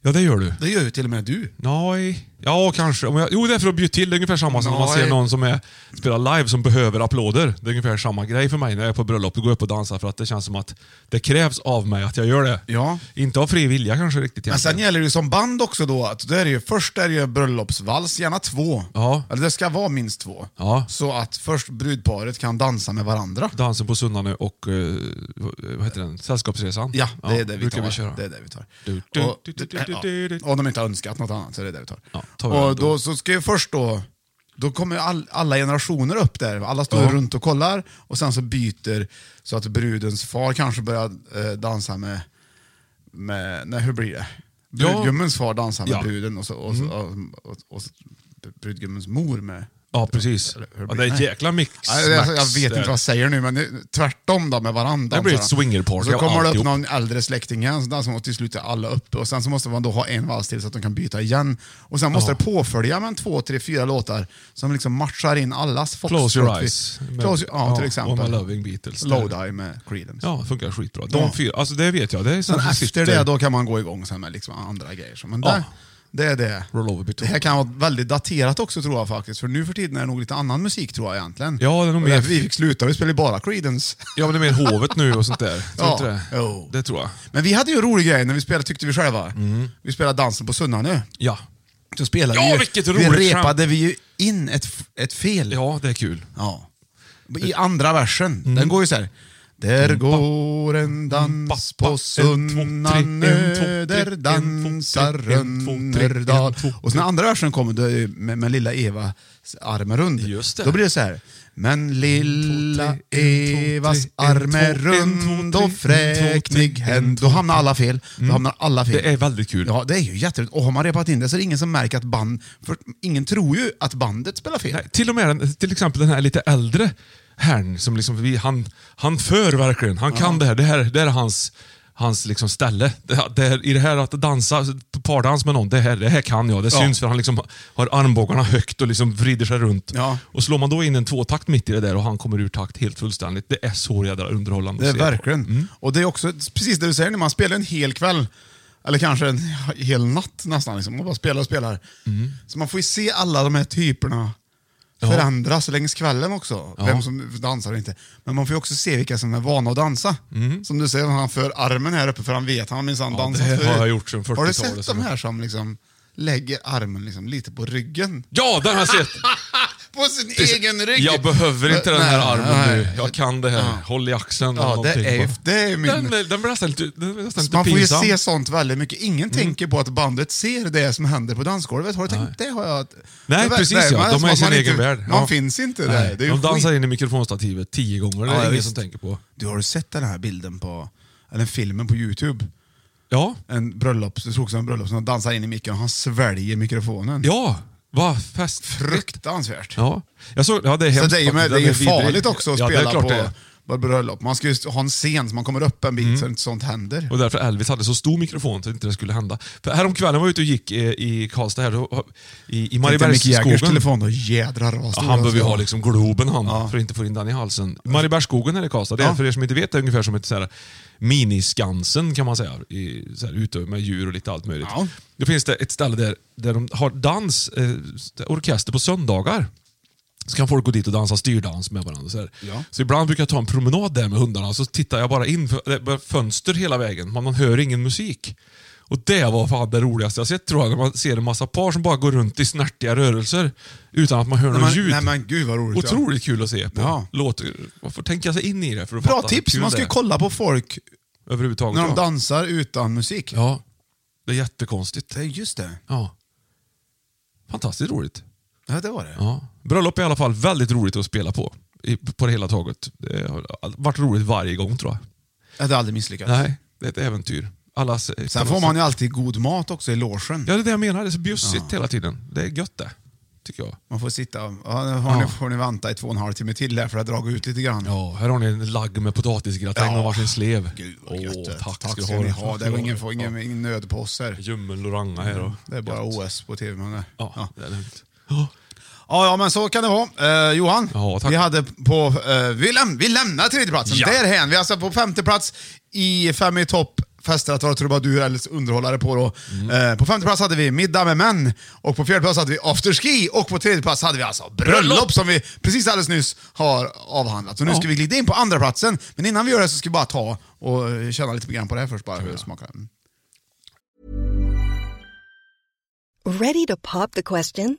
S1: ja det gör du.
S2: Det gör ju till och med du.
S1: Nej. Ja, kanske. Om jag, jo, det är för att bjuda till. Det är ungefär samma som när man
S2: Nej.
S1: ser någon som är, spelar live som behöver applåder. Det är ungefär samma grej för mig när jag är på bröllop. Då går jag upp och dansar för att det känns som att det krävs av mig att jag gör det.
S2: Ja.
S1: Inte av fri vilja kanske riktigt
S2: Men sen
S1: egentligen.
S2: gäller det ju som band också då att då är det ju, först är det ju bröllopsvals, gärna två.
S1: Ja.
S2: Eller det ska vara minst två.
S1: Ja.
S2: Så att först brudparet kan dansa med varandra.
S1: Dansen på Sunnanö och eh, vad heter den? Sällskapsresan.
S2: Ja, det är det vi
S1: brukar
S2: tar.
S1: vi köra.
S2: Det är det vi tar.
S1: Du, du,
S2: Och- äh,
S1: du, du, du, du, du.
S2: ja, Om de inte har önskat något annat så är det det vi tar.
S1: Ja, tar vi
S2: och
S1: det då.
S2: då så ska ju först då, då kommer all, alla generationer upp där. Alla står
S1: Ja.
S2: runt och kollar och sen så byter så att brudens far kanske börjar eh, dansa med, med, nej hur blir det?
S1: Ja.
S2: Brudgummens far dansar med
S1: Ja. Mm.
S2: bruden och, så, och, så, och, och, och så brudgummens mor med
S1: Ja, precis.
S2: hur
S1: Ja,
S2: blir
S1: det är
S2: det?
S1: ett jäkla mix.
S2: Nej, Jag, jag
S1: max
S2: vet
S1: där.
S2: inte vad jag säger nu, men nu- tvärtom då med varandra.
S1: Det blir ett
S2: Så-
S1: swingerparty
S2: Så
S1: av
S2: kommer det upp
S1: alltihop.
S2: någon äldre släkting igen, så dansar man och till slut är alla uppe. Och sen så måste man då ha en vals till så att de kan byta igen. Och sen måste det påfölja med en två, tre, fyra låtar som liksom matchar in allas foxtrot.
S1: Close your eyes. Med-
S2: Close your, ja, till
S1: All
S2: exempel.
S1: my loving Beatles.
S2: Lowdive med Creedence.
S1: Ja, det funkar skitbra. De
S2: Ja.
S1: fyra, alltså det vet jag. Det är
S2: Sen
S1: sånt som
S2: efter
S1: sitter-
S2: det då kan man gå igång sen med liksom andra grejer. Så, Men
S1: Ja.
S2: det, det är det.
S1: Roll over
S2: Det
S1: between.
S2: här kan vara väldigt daterat också tror jag faktiskt. För nu för tiden är det nog lite annan musik tror jag egentligen.
S1: Ja, det är nog
S2: Och
S1: mer-
S2: därför Vi fick sluta, vi spelade bara Creedence.
S1: Ja, men det är mer hovet nu och sånt där. Tror
S2: Ja,
S1: inte det?
S2: jo.
S1: det tror jag.
S2: Men vi hade ju en rolig grej när vi spelade, tyckte vi själva. Vi spelade dansen på Sunnanö.
S1: Ja.
S2: Så Mm. spelade
S1: Ja,
S2: vi ju,
S1: vilket
S2: Vi
S1: roligt
S2: repade
S1: skämt.
S2: vi ju in ett, f- ett fel.
S1: ja, det är kul.
S2: Ja. I andra versen. Den går ju så här. Där går en dans
S1: Mm, pa,
S2: på
S1: en, två, tre, en, två,
S2: Sunnanö,
S1: tre,
S2: där
S1: en, två,
S2: dansar
S1: tre, en, två, tre, en,
S2: Rönnerdal.
S1: två, tre.
S2: Och sen när andra versen kommer då är det med, med lilla Evas arm är rund.
S1: Just det.
S2: Då blir det så här. Men lilla
S1: två, tre, en, två, tre,
S2: Evas
S1: en,
S2: arm är
S1: två, en, två,
S2: rund
S1: tre,
S2: och
S1: en, två, tre,
S2: fräknig
S1: en,
S2: hen. Då hamnar alla fel. Då hamnar alla fel.
S1: Det är väldigt kul.
S2: Ja, det är ju jätteroligt. Och har man repat in det så är det ingen som märker att band... För ingen tror ju att bandet spelar fel.
S1: Nej, till och med den, till exempel den här lite äldre herrn som liksom, vi, han, han för verkligen. Han kan det här. Det här, det här är hans, hans liksom ställe. Det, här- det här, I det här att dansa, pardans med någon, det här, det här kan jag. Det
S2: Ja.
S1: syns för han liksom har armbågarna högt och liksom vrider sig runt.
S2: Ja.
S1: Och slår man då in en tvåtakt mitt i det där och han kommer ur takt helt fullständigt. Det är så jädra underhållande
S2: Det är
S1: att se på. Mm.
S2: verkligen. Och det är också precis det du säger, när man spelar en hel kväll, eller kanske en hel natt nästan, liksom, man bara spelar och spelar.
S1: Mm.
S2: Så man får ju se alla de här typerna förändras längs kvällen också. Vem som dansar och inte. Men man får ju också se vilka som är vana att dansa. Som du säger, han för armen här uppe för han vet, han har minsann
S1: Mm. Ja,
S2: dansat
S1: det har
S2: förut.
S1: jag gjort sedan
S2: Har du
S1: 40-talet
S2: sett
S1: som-
S2: de här som liksom lägger armen liksom lite på ryggen?
S1: Ja, den har jag sett!
S2: På sin egen rygg!
S1: Jag behöver inte den
S2: Nej,
S1: här armen
S2: nej.
S1: nu. Jag kan det här. Håll i axeln eller
S2: Ja, det
S1: någonting
S2: är,
S1: bara.
S2: det är min...
S1: Den, den blir nästan lite, den blir nästan lite
S2: Man får ju
S1: pinsam. Mm.
S2: se sånt väldigt mycket. Ingen tänker på att bandet ser det som händer på dansgolvet. Har du tänkt det? Har jag...
S1: Nej,
S2: det,
S1: precis ja.
S2: man-
S1: De är i
S2: man
S1: sin
S2: inte-
S1: egen värld.
S2: Man
S1: Ja.
S2: finns inte
S1: Nej,
S2: där. Det är ju
S1: De dansar
S2: skit.
S1: in i mikrofonstativet tio gånger. Det är
S2: Ja,
S1: ingen
S2: visst.
S1: som tänker på.
S2: Du har du sett den här bilden på, eller filmen på Youtube?
S1: Ja.
S2: En bröllops, det slogs en bröllop som dansar in i micken och han sväljer mikrofonen.
S1: Ja. Vad fest.
S2: Fruktansvärt.
S1: Ja. Jag såg, ja, det är
S2: Så
S1: hemskt.
S2: det är ju, med, det är ju
S1: vidrigt.
S2: farligt också att
S1: ja,
S2: spela
S1: det är Mm. klart
S2: på,
S1: det är.
S2: var det bröllop. Man ska ju ha en scen så man kommer upp en bit så inte sånt händer.
S1: Och därför Elvis hade så stor mikrofon så att inte det skulle hända. För häromkvällen var jag ute och gick eh, i Karlstad, här, då, i, i
S2: Tänkte Mick Jaggers
S1: Mariebergsskogen.
S2: telefon då, jädrar vad
S1: Ja,
S2: stor alltså.
S1: han
S2: den
S1: behöver ju
S2: ska
S1: ha
S2: vara.
S1: liksom Globen han,
S2: Ja.
S1: för att inte få in den i halsen. Mariebergsskogen här i Karlstad, det är
S2: Ja.
S1: för er som inte vet, det är ungefär som ett så här miniskansen kan man säga. I, så här, ute med djur och lite allt möjligt.
S2: Ja.
S1: Då finns det ett ställe där, där de har dans, eh, orkester på söndagar. Så kan folk gå dit och dansa styrdans med varandra. Så, här.
S2: Ja.
S1: så ibland brukar jag ta en promenad där med hundarna så tittar jag bara in, för, det var fönster hela vägen, man, man hör ingen musik. Och det var fan det roligaste jag sett tror jag, när man ser en massa par som bara går runt i snärtiga rörelser utan att man hör
S2: Nej,
S1: något
S2: men-
S1: ljud.
S2: nej, men gud vad roligt, ja.
S1: Otroligt kul att se på.
S2: Ja.
S1: Låt, man får tänka sig in i det för att
S2: Bra
S1: fatta hur
S2: tips!
S1: kul
S2: Man ska
S1: det
S2: ju
S1: är.
S2: kolla på folk
S1: Överhuvudtaget.
S2: när de
S1: ja.
S2: dansar utan musik.
S1: ja. Det är jättekonstigt.
S2: Det är just det.
S1: Ja. Fantastiskt roligt.
S2: Ja, det var det.
S1: Ja. Bröllop är i alla fall väldigt roligt att spela på. I, på det hela taget. Det har all- varit roligt varje gång tror jag.
S2: Jag hade aldrig misslyckats.
S1: Nej, det är ett äventyr. Alla,
S2: Sen får man ju alltid god mat också i logen.
S1: Ja, det är det jag menar. Det är så bjussigt hela tiden. Det är gött det, tycker jag.
S2: Man får sitta och ja, nu har
S1: Ja.
S2: ni, får ni vänta i två och en halv timme till där för att dra ut lite grann.
S1: Ja, här har ni en lagg med potatisgratäng
S2: Ja.
S1: och varsin slev.
S2: Gud vad gött. det är.
S1: tack,
S2: tack
S1: ska
S2: ska ni
S1: du
S2: ha. Det var ingen, får ingen, ingen nöd på oss här.
S1: Ljummen loranga här och...
S2: Mm, Det är bara OS på tv. Men det.
S1: Ja,
S2: Ja.
S1: det är lugnt. Ja.
S2: Ja, ja, men så kan det vara. Eh, Johan,
S1: Ja, tack.
S2: vi, hade på, eh, vi, läm vi lämnar tredjeplatsen.
S1: Ja.
S2: Därhän. Vi är alltså på femte plats i Fem i topp. Fester att vara trubadur eller underhållare på då.
S1: Mm.
S2: Eh, på femte plats hade vi Middag med män. Och på fjärde plats hade vi afterski. Och på tredje plats hade vi alltså bröllop som vi precis alldeles nyss har avhandlat. Så nu
S1: Ja.
S2: ska vi glida in på andra platsen. Men innan vi gör det så ska vi bara ta och eh, känna lite grann på det här först. Bara hur det smakar. Mm.
S5: Ready to pop the question?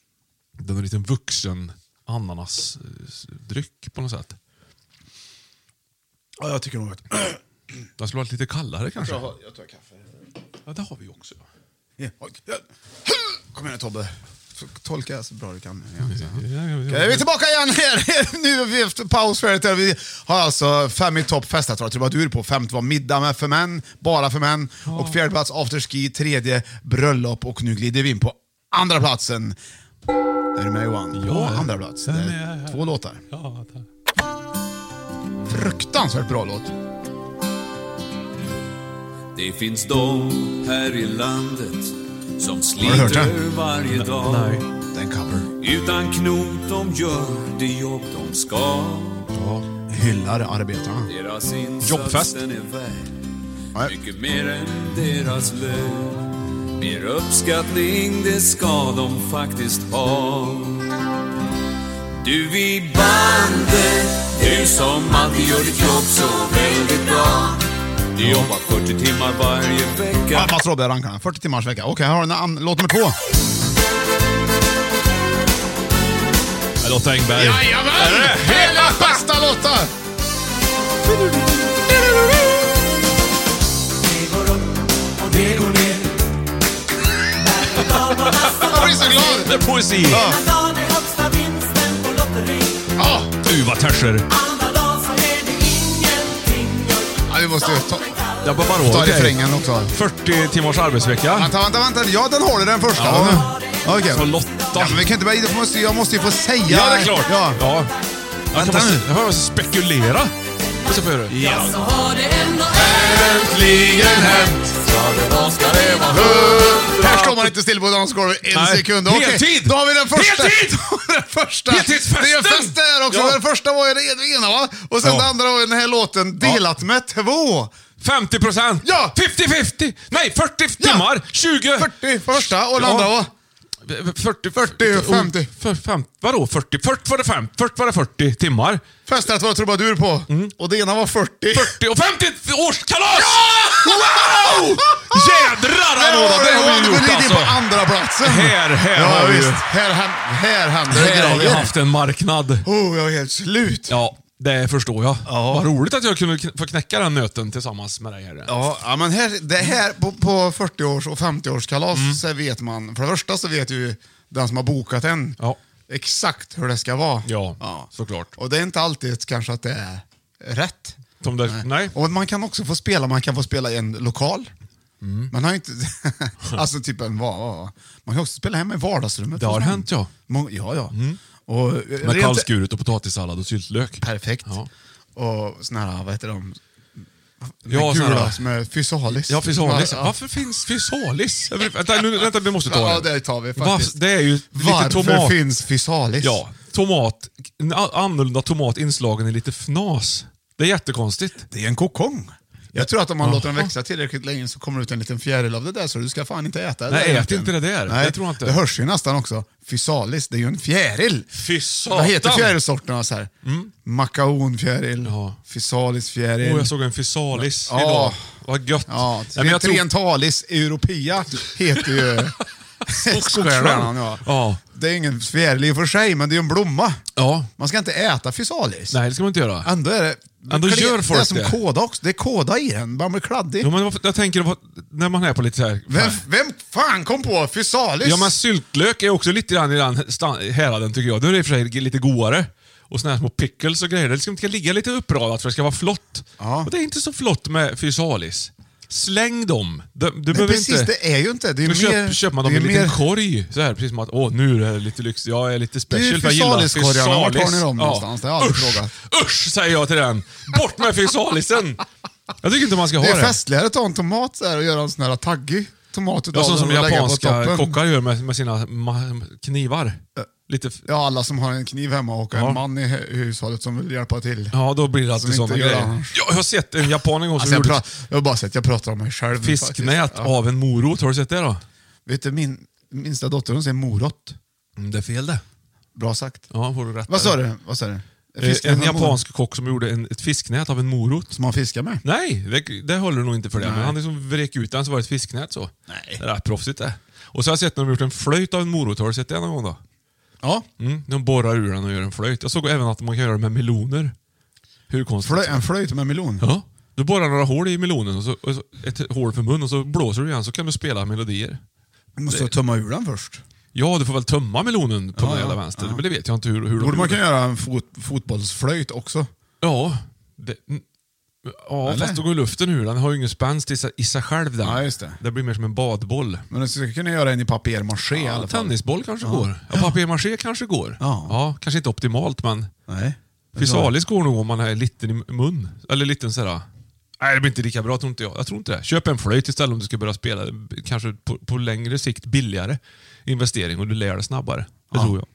S1: Den är en liten vuxen ananasdryck på något sätt.
S2: Ja, jag tycker nog att... <clears throat>
S1: Den skulle varit lite kallare kanske.
S2: Jag, jag tar kaffe.
S1: Ja, det har vi ju också.
S2: Kom igen nu Tobbe. Så Tolka så bra du kan. Ja,
S1: Mm.
S2: så här. Okej, vi är tillbaka igen <laughs> här. Nu är vi efter paus för det. Vi har alltså fem i topp festat tror jag trubadur på. Femte var middag med för män, bara för män. Och fjärde plats afterski, tredje bröllop och nu glider vi in på andra platsen. Är du med Johan?
S1: Ja,
S2: På
S1: jag är-
S2: andra plats. Det
S1: jag är
S2: är
S1: med, ja.
S2: två låtar.
S1: Ja, tack.
S2: Fruktansvärt bra låt.
S3: Det finns de här i landet som
S2: du hört
S3: sliter
S2: den?
S3: varje dag.
S2: Den cover
S3: Utan knot de gör det jobb de ska.
S2: hyllar arbetarna.
S3: Deras insats
S1: Jobbfest.
S3: den är värd
S2: Nej.
S3: mycket mer än deras lön. Mer uppskattning det ska de faktiskt ha. Du i bandet, du som alltid gör ditt jobb så väldigt bra. Du jobbar 40 timmar varje vecka.
S2: Ja, Vad Robbe rankarna? 40 timmars vecka. Okej, här har du en an- låt nummer två.
S1: Lotta Engberg.
S2: Jajamän! Hela bästa Lotta! Jag blir så glad!
S1: Det är poesi!
S2: Ja. Ja,
S1: Du vad terser.
S2: ja, vi måste ta...
S1: Ja, Barbaroa.
S2: Ta
S1: okej.
S2: refrängen också.
S1: 40 timmars arbetsvecka.
S2: Vänta, vänta, vänta. Ja, den har du den första.
S1: Ja.
S2: va? Okej.
S1: Så Lotta.
S2: Ja, men vi kan inte bara... Jag måste, jag måste ju få säga...
S1: Ja, det är klart.
S2: Ja.
S1: Ja. Jag
S2: Vänta
S1: kommer
S2: nu.
S1: jag kommer spekulera. Och så får jag höra. Ja.
S3: Äntligen hänt! Ja, det var ska det vara
S2: Här står man inte still på dansgolvet en
S1: Nej.
S2: sekund.
S1: Heltid!
S2: Då har vi den första.
S1: Heltid!
S2: Då har vi den första.
S1: Heltidsfesten!
S2: Det är fest där också.
S1: Ja.
S2: Den första var ju det ena va? Och sen
S1: Ja.
S2: det andra var ju den här låten delat med två.
S1: 50 procent.
S2: Ja.
S1: 50-50. Nej, 40
S2: Ja.
S1: timmar. 20.
S2: 40 första och den
S1: Ja.
S2: andra var...
S1: 40,
S2: 40, och 50.
S1: För, fem, vadå 40? 40 var det 50, 40 var det 40 timmar.
S2: Festat var trubadur på.
S1: Mm.
S2: Och det ena var 40.
S1: 40 och 50 årskalas! Wow! Jädrar anordnat! Det har vi
S2: Men
S1: gjort
S2: det är
S1: alltså.
S2: på andra platsen.
S1: Här, här
S2: ja,
S1: har vi ju-
S2: visst. Här, här, här händer det
S1: Här har vi
S2: grejer.
S1: haft en marknad.
S2: Oh, jag är helt slut.
S1: Ja, det förstår jag. Vad roligt att jag kunde kn- få knäcka den nöten tillsammans med dig. Här.
S2: Ja, ja men här, det här på, på 40-års och 50-årskalas
S1: Mm.
S2: så vet man, för det första så vet ju den som har bokat en
S1: Ja.
S2: exakt hur det ska vara.
S1: Ja, såklart.
S2: Och det är inte alltid kanske att det är rätt.
S1: Som det, nej.
S2: Och man kan också få spela, man kan få spela i en lokal.
S1: Mm.
S2: Man har ju inte, <laughs> alltså typ en va, va, va. Man kan också spela hemma i vardagsrummet.
S1: Det har
S2: Förstår
S1: hänt, ja. Mm.
S2: Må- Ja, ja. Och,
S1: Med
S2: rent-
S1: kallskuret och potatissallad och syltlök.
S2: Perfekt.
S1: Ja.
S2: Och såna här, vad heter de? De
S1: Ja, såna
S2: gula
S1: här-
S2: som är fysalis.
S1: Ja, fysalis.
S2: Ja, ja.
S1: Varför finns fysalis? Jag vill- Vänta, nu, vänta, vi måste ta
S2: Ja, det tar vi faktiskt.
S1: Varf- Det är ju lite
S2: Varför
S1: tomat...
S2: finns fysalis?
S1: Ja, tomat. en a- Annorlunda tomat inslagen i lite fnas. Det är jättekonstigt.
S2: Det är en kokong. Jag tror att om man låter den växa tillräckligt länge så kommer det ut en liten fjäril av det där, så du ska fan inte äta det.
S1: Nej,
S2: där
S1: ät
S2: egentligen.
S1: inte det där. Det tror jag inte.
S2: Det hörs ju nästan också. Fysalis, det är ju en fjäril.
S1: Fy satan. Mm.
S2: Vad heter fjärilsorterna så här? Makaonfjäril,
S1: Ja.
S2: fysalis-fjäril.
S1: Åh, jag såg en fysalis
S2: Ja.
S1: idag. Vad gött.
S2: Ja,
S1: Nej, men jag tror-
S2: Trentalis europea
S1: <laughs>
S2: heter ju skogsstjärnan. Ja.
S1: Ja.
S2: Det är ingen fjäril i och för sig, men det är ju en blomma.
S1: Ja.
S2: Man ska inte äta fysalis.
S1: Nej, det ska man inte göra.
S2: Ändå är det...
S1: Ändå
S2: det,
S1: gör folk
S2: det. är som
S1: det.
S2: kåda också. Det är kåda i den. Man blir kladdig.
S1: Jo, men vad- jag tänker vad- när man är på lite så här...
S2: vem, vem fan kom på fysalis?
S1: Ja, men syltlök är också lite grann i den stan- häraden tycker jag. Nu är det i och för sig lite godare. Och såna här små pickles och grejer. Det liksom ska, det ska ligga lite uppradat för att det ska vara flott.
S2: Ja.
S1: Och det är inte så flott med fysalis. Släng dem. Du, du
S2: Nej,
S1: behöver
S2: precis,
S1: inte...
S2: det är ju inte. Det är
S1: Då
S2: mer...
S1: köp, köper man dem
S2: det
S1: i
S2: är
S1: en liten
S2: mer-
S1: korg. Så här, precis som att åh, nu är det lite lyxigt. Jag är lite
S2: är ju
S1: special för jag gillar
S2: physalis-korgarna. Vart har ni dem
S1: Ja.
S2: någonstans? Det har jag aldrig
S1: usch,
S2: frågat.
S1: usch, säger jag till den. Bort med fysalisen. Jag tycker inte man ska ha
S2: Det
S1: det.
S2: är festligare att ta en tomat så här och göra en sån här taggig tomat utav
S1: Ja, sånt
S2: den
S1: som
S2: och lägga på toppen.
S1: japanska kockar gör med, med sina ma- knivar. Lite, f-
S2: Ja, alla som har en kniv hemma och en
S1: Ja.
S2: man i hu- hushållet som vill hjälpa till.
S1: ja, då blir det alltid
S2: inte
S1: sådana
S2: gör
S1: grejer.
S2: annars.
S1: Ja, jag har sett en japan en gång som
S2: Alltså jag,
S1: gjorde
S2: pra- jag har bara sett, jag pratar om mig själv. nu
S1: fisknät
S2: faktiskt. Ja.
S1: av en morot. Har du sett det då?
S2: Vet du, min minsta dotter hon säger morot.
S1: Mm, det är fel det.
S2: Bra sagt.
S1: Ja, får du rätt.
S2: Vad sa du? Vad sa du?
S1: Eh,
S2: Fisknät
S1: En
S2: av morot?
S1: japansk kock som gjorde en, ett fisknät av en morot.
S2: Som man fiskar med?
S1: Nej, det, det håller nog inte för det. Men han liksom vrek ut den så var det ett fisknät så.
S2: Nej.
S1: Det är rätt proffsigt det. Och så har jag sett när de gjort en flöjt av en morot. Har du sett det någon gång då?
S2: Ja.
S1: Mm, de borrar ur den och gör en flöjt. Jag såg även att man kan göra det med meloner. Hur konstigt?
S2: Flö- en flöjt med melon?
S1: Ja. Du borrar några hål i melonen, och så, och så, ett hål för mun och så blåser du igen så kan du spela melodier.
S2: Du måste tömma ur den först.
S1: Ja, du får väl tömma melonen på
S2: Ja,
S1: den
S2: ja,
S1: jävla vänster.
S2: ja.
S1: Men det vet jag inte hur, hur de
S2: Borde man
S1: gjorde.
S2: kunna göra en fot- fotbollsflöjt också?
S1: Ja. Det, mm. ja,
S2: Eller?
S1: fast då går luften ur. Den har ju ingen spänst i, sig- i sig själv den.
S2: Ja, just det.
S1: det blir mer som en badboll.
S2: Men du skulle kunna göra en i papier-maché i
S1: Ja,
S2: alla fall.
S1: tennisboll kanske går. Ja, Papier-maché kanske går.
S2: Ja.
S1: kanske inte optimalt, men
S2: Nej.
S1: fysalis går nog om man är liten i mun. Eller liten sådär... Nej, det blir inte lika bra tror inte jag. Jag tror inte det. Köp en flöjt istället om du ska börja spela. Kanske på, på längre sikt billigare investering och du lär dig snabbare. Det tror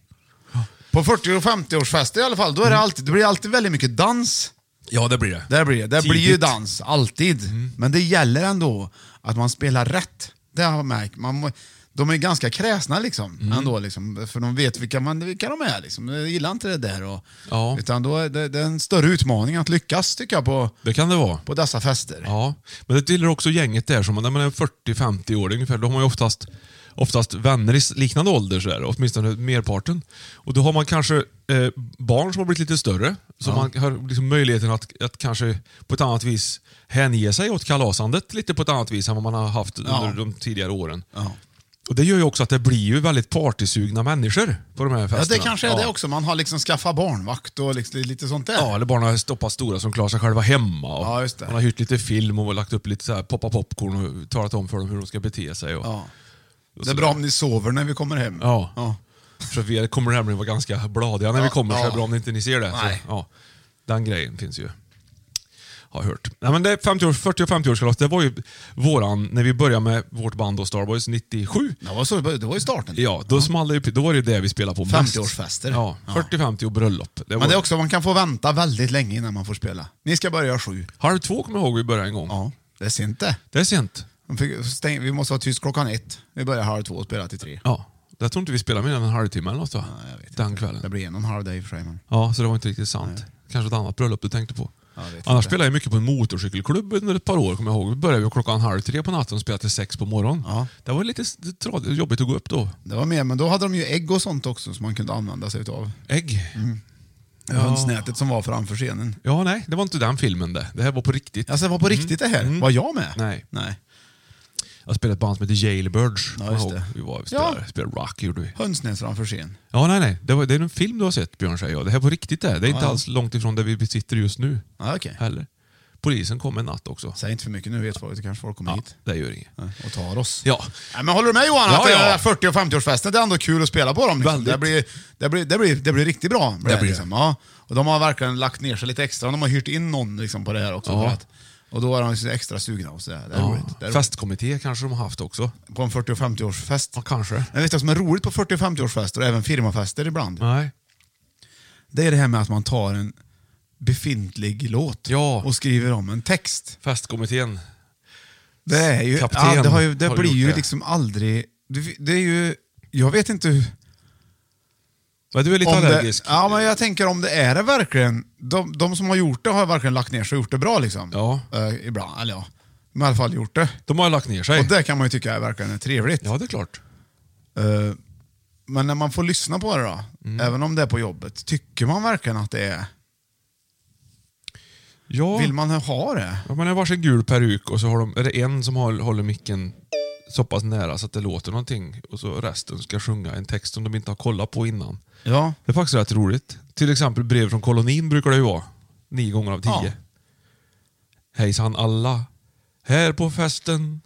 S1: jag.
S2: På 40 och 50-årsfester i alla fall, då,
S1: Mm.
S2: är det alltid, det blir det alltid väldigt mycket dans.
S1: Ja, det blir det.
S2: Där blir det. Där blir ju
S1: Tidigt. Mm.
S2: dans, alltid. Men det gäller ändå att man spelar rätt. Det har jag märkt. Man, må- de är ganska kräsna liksom,
S1: Mm.
S2: ändå, liksom, för de vet vilka, man, vilka de är. Liksom. De gillar inte det där. Och,
S1: Ja.
S2: utan då är det, det är en större utmaning att lyckas tycker jag på,
S1: Det kan det vara.
S2: på dessa fester.
S1: Ja, men det tillhör också gänget där. Som när man är 40-50 år ungefär, då har man ju oftast, oftast vänner i liknande ålder, så där, åtminstone merparten. Och då har man kanske eh, barn som har blivit lite större, så man har liksom möjligheten att, att kanske på ett annat vis hänge sig åt kalasandet lite på ett annat vis än vad man har haft under de tidigare åren. Och Det gör ju också att det blir ju väldigt partysugna människor på de här
S2: Ja,
S1: festerna.
S2: det kanske är det också. Man har liksom skaffat barnvakt och liksom, lite sånt där.
S1: Ja, eller barnen har stoppat stora som klarar sig själva hemma. Och
S2: Ja, just det.
S1: Man har hyrt lite film och lagt upp lite så här, poppa popcorn och talat om för dem hur de ska bete sig. Och,
S2: Ja.
S1: och
S2: Det är
S1: så
S2: bra
S1: där.
S2: om ni sover när vi kommer hem.
S1: Ja.
S2: ja.
S1: För vi kommer nämligen vara ganska bladiga när
S2: Ja,
S1: vi kommer, så
S2: ja.
S1: det är bra om inte ni ser det.
S2: Nej.
S1: Så, ja. Den grejen finns ju. Har jag hört. Nej, men det 50 år, 40 och 50-årskalas, det var ju våran, när vi började med vårt band då, Starboys 97.
S2: Det, var så, det var ju starten.
S1: Ja, då small det ju, då var det ju det vi spelade på mest.
S2: 50-årsfester.
S1: Ja,
S2: Ja.
S1: 40-50 och bröllop. Det
S2: Men det är
S1: var-
S2: också, man kan få vänta väldigt länge innan man får spela. Ni ska börja sju.
S1: Halv två kommer jag ihåg vi började en gång.
S2: Ja, det är sent det.
S1: Det är sent.
S2: De fick stäng- Vi måste vara tyst klockan ett. Vi börjar halv två och spelar till tre.
S1: Ja. Jag tror inte vi spelade mer än en halvtimme eller något då.
S2: jag vet
S1: Den
S2: inte.
S1: kvällen.
S2: Det blir en och en halv dag i och för sig. men-
S1: Ja, så det var inte riktigt sant. Kanske ett annat bröllop du tänkte på.
S2: Ja, jag vet
S1: Annars
S2: inte.
S1: spelade jag mycket på en motorcykelklubb under ett par år, kommer jag ihåg. Vi började ju klockan halv tre på natten och spelade till sex på morgonen.
S2: Ja.
S1: Det var lite s- tra- jobbigt att gå upp då.
S2: Det var mer, men då hade de ju ägg och sånt också som man kunde använda sig av.
S1: Ägg?
S2: Mm. Hönsnätet som var framför scenen.
S1: Ja, nej, det var inte den filmen det. Det här var på riktigt.
S2: Alltså det var på riktigt det här. Var jag med?
S1: Mm. Nej.
S2: Nej.
S1: Jag spelade ett band som hette Jailbirds.
S2: Ja,
S1: kommer jag
S2: just
S1: ihåg.
S2: det.
S1: Vi, var, vi
S2: Ja.
S1: spelade, spelade rock, gjorde vi.
S2: Hönsnät framför scen.
S1: Ja, nej, nej. Det, var, det är en film du har sett, Björn, säger jag. Det här var riktigt det. Det är inte
S2: Ja.
S1: alls långt ifrån där vi sitter just nu
S2: Ja, okej.
S1: heller. Polisen kom en natt också.
S2: Säg inte för mycket nu, vet folk, kanske folk kommer
S1: Ja,
S2: hit
S1: det gör inget.
S2: Ja, och tar oss.
S1: Ja.
S2: Nej, men håller du med Johan?
S1: Ja,
S2: att
S1: ja.
S2: eh, 40 och 50-årsfesten, det är ändå kul att spela på dem. Liksom.
S1: Väldigt.
S2: Det, blir, det, blir, det, blir, det blir riktigt bra. Blir
S1: Det
S2: det
S1: blir
S2: liksom. ja. och de har verkligen lagt ner sig lite extra. De har hyrt in någon liksom, på det här också.
S1: Ja.
S2: För att, och då är de liksom extra sugna. Och så där. Det är roligt. Det är roligt.
S1: Festkommitté kanske de har haft också.
S2: På en 40 och 50-årsfest.
S1: Ja, kanske.
S2: Men vet du vad som är roligt på 40 och 50-årsfester och även firmafester ibland?
S1: Nej.
S2: Det är det här med att man tar en befintlig låt
S1: Ja.
S2: och skriver om en text.
S1: Festkommittén.
S2: Det är ju,
S1: Kapten
S2: ja, det har ju, det
S1: har
S2: blir
S1: gjort
S2: ju
S1: det.
S2: liksom aldrig... Det, det är ju... Jag vet inte hur...
S1: Men du är lite
S2: om
S1: allergisk.
S2: Det, ja, men jag tänker om det är det verkligen. De, de som har gjort det har verkligen lagt ner sig och gjort det bra liksom.
S1: Ja.
S2: Eh, ibland, eller ja. De har i alla fall gjort det.
S1: De har ju lagt ner sig.
S2: Och det kan man ju tycka är verkligen är trevligt.
S1: Ja, det är klart.
S2: Eh, men när man får lyssna på det då,
S1: Mm.
S2: även om det är på jobbet, tycker man verkligen att det är...
S1: Ja,
S2: Vill man ha det?
S1: ja man har varsin gul peruk och så har de, är det en som har, håller micken så pass nära så att det låter någonting och så resten ska sjunga en text som de inte har kollat på innan.
S2: Ja.
S1: Det är faktiskt rätt roligt. Till exempel brev från kolonin brukar det ju vara. Nio gånger av tio.
S2: Ja.
S1: Hejsan alla, här på festen.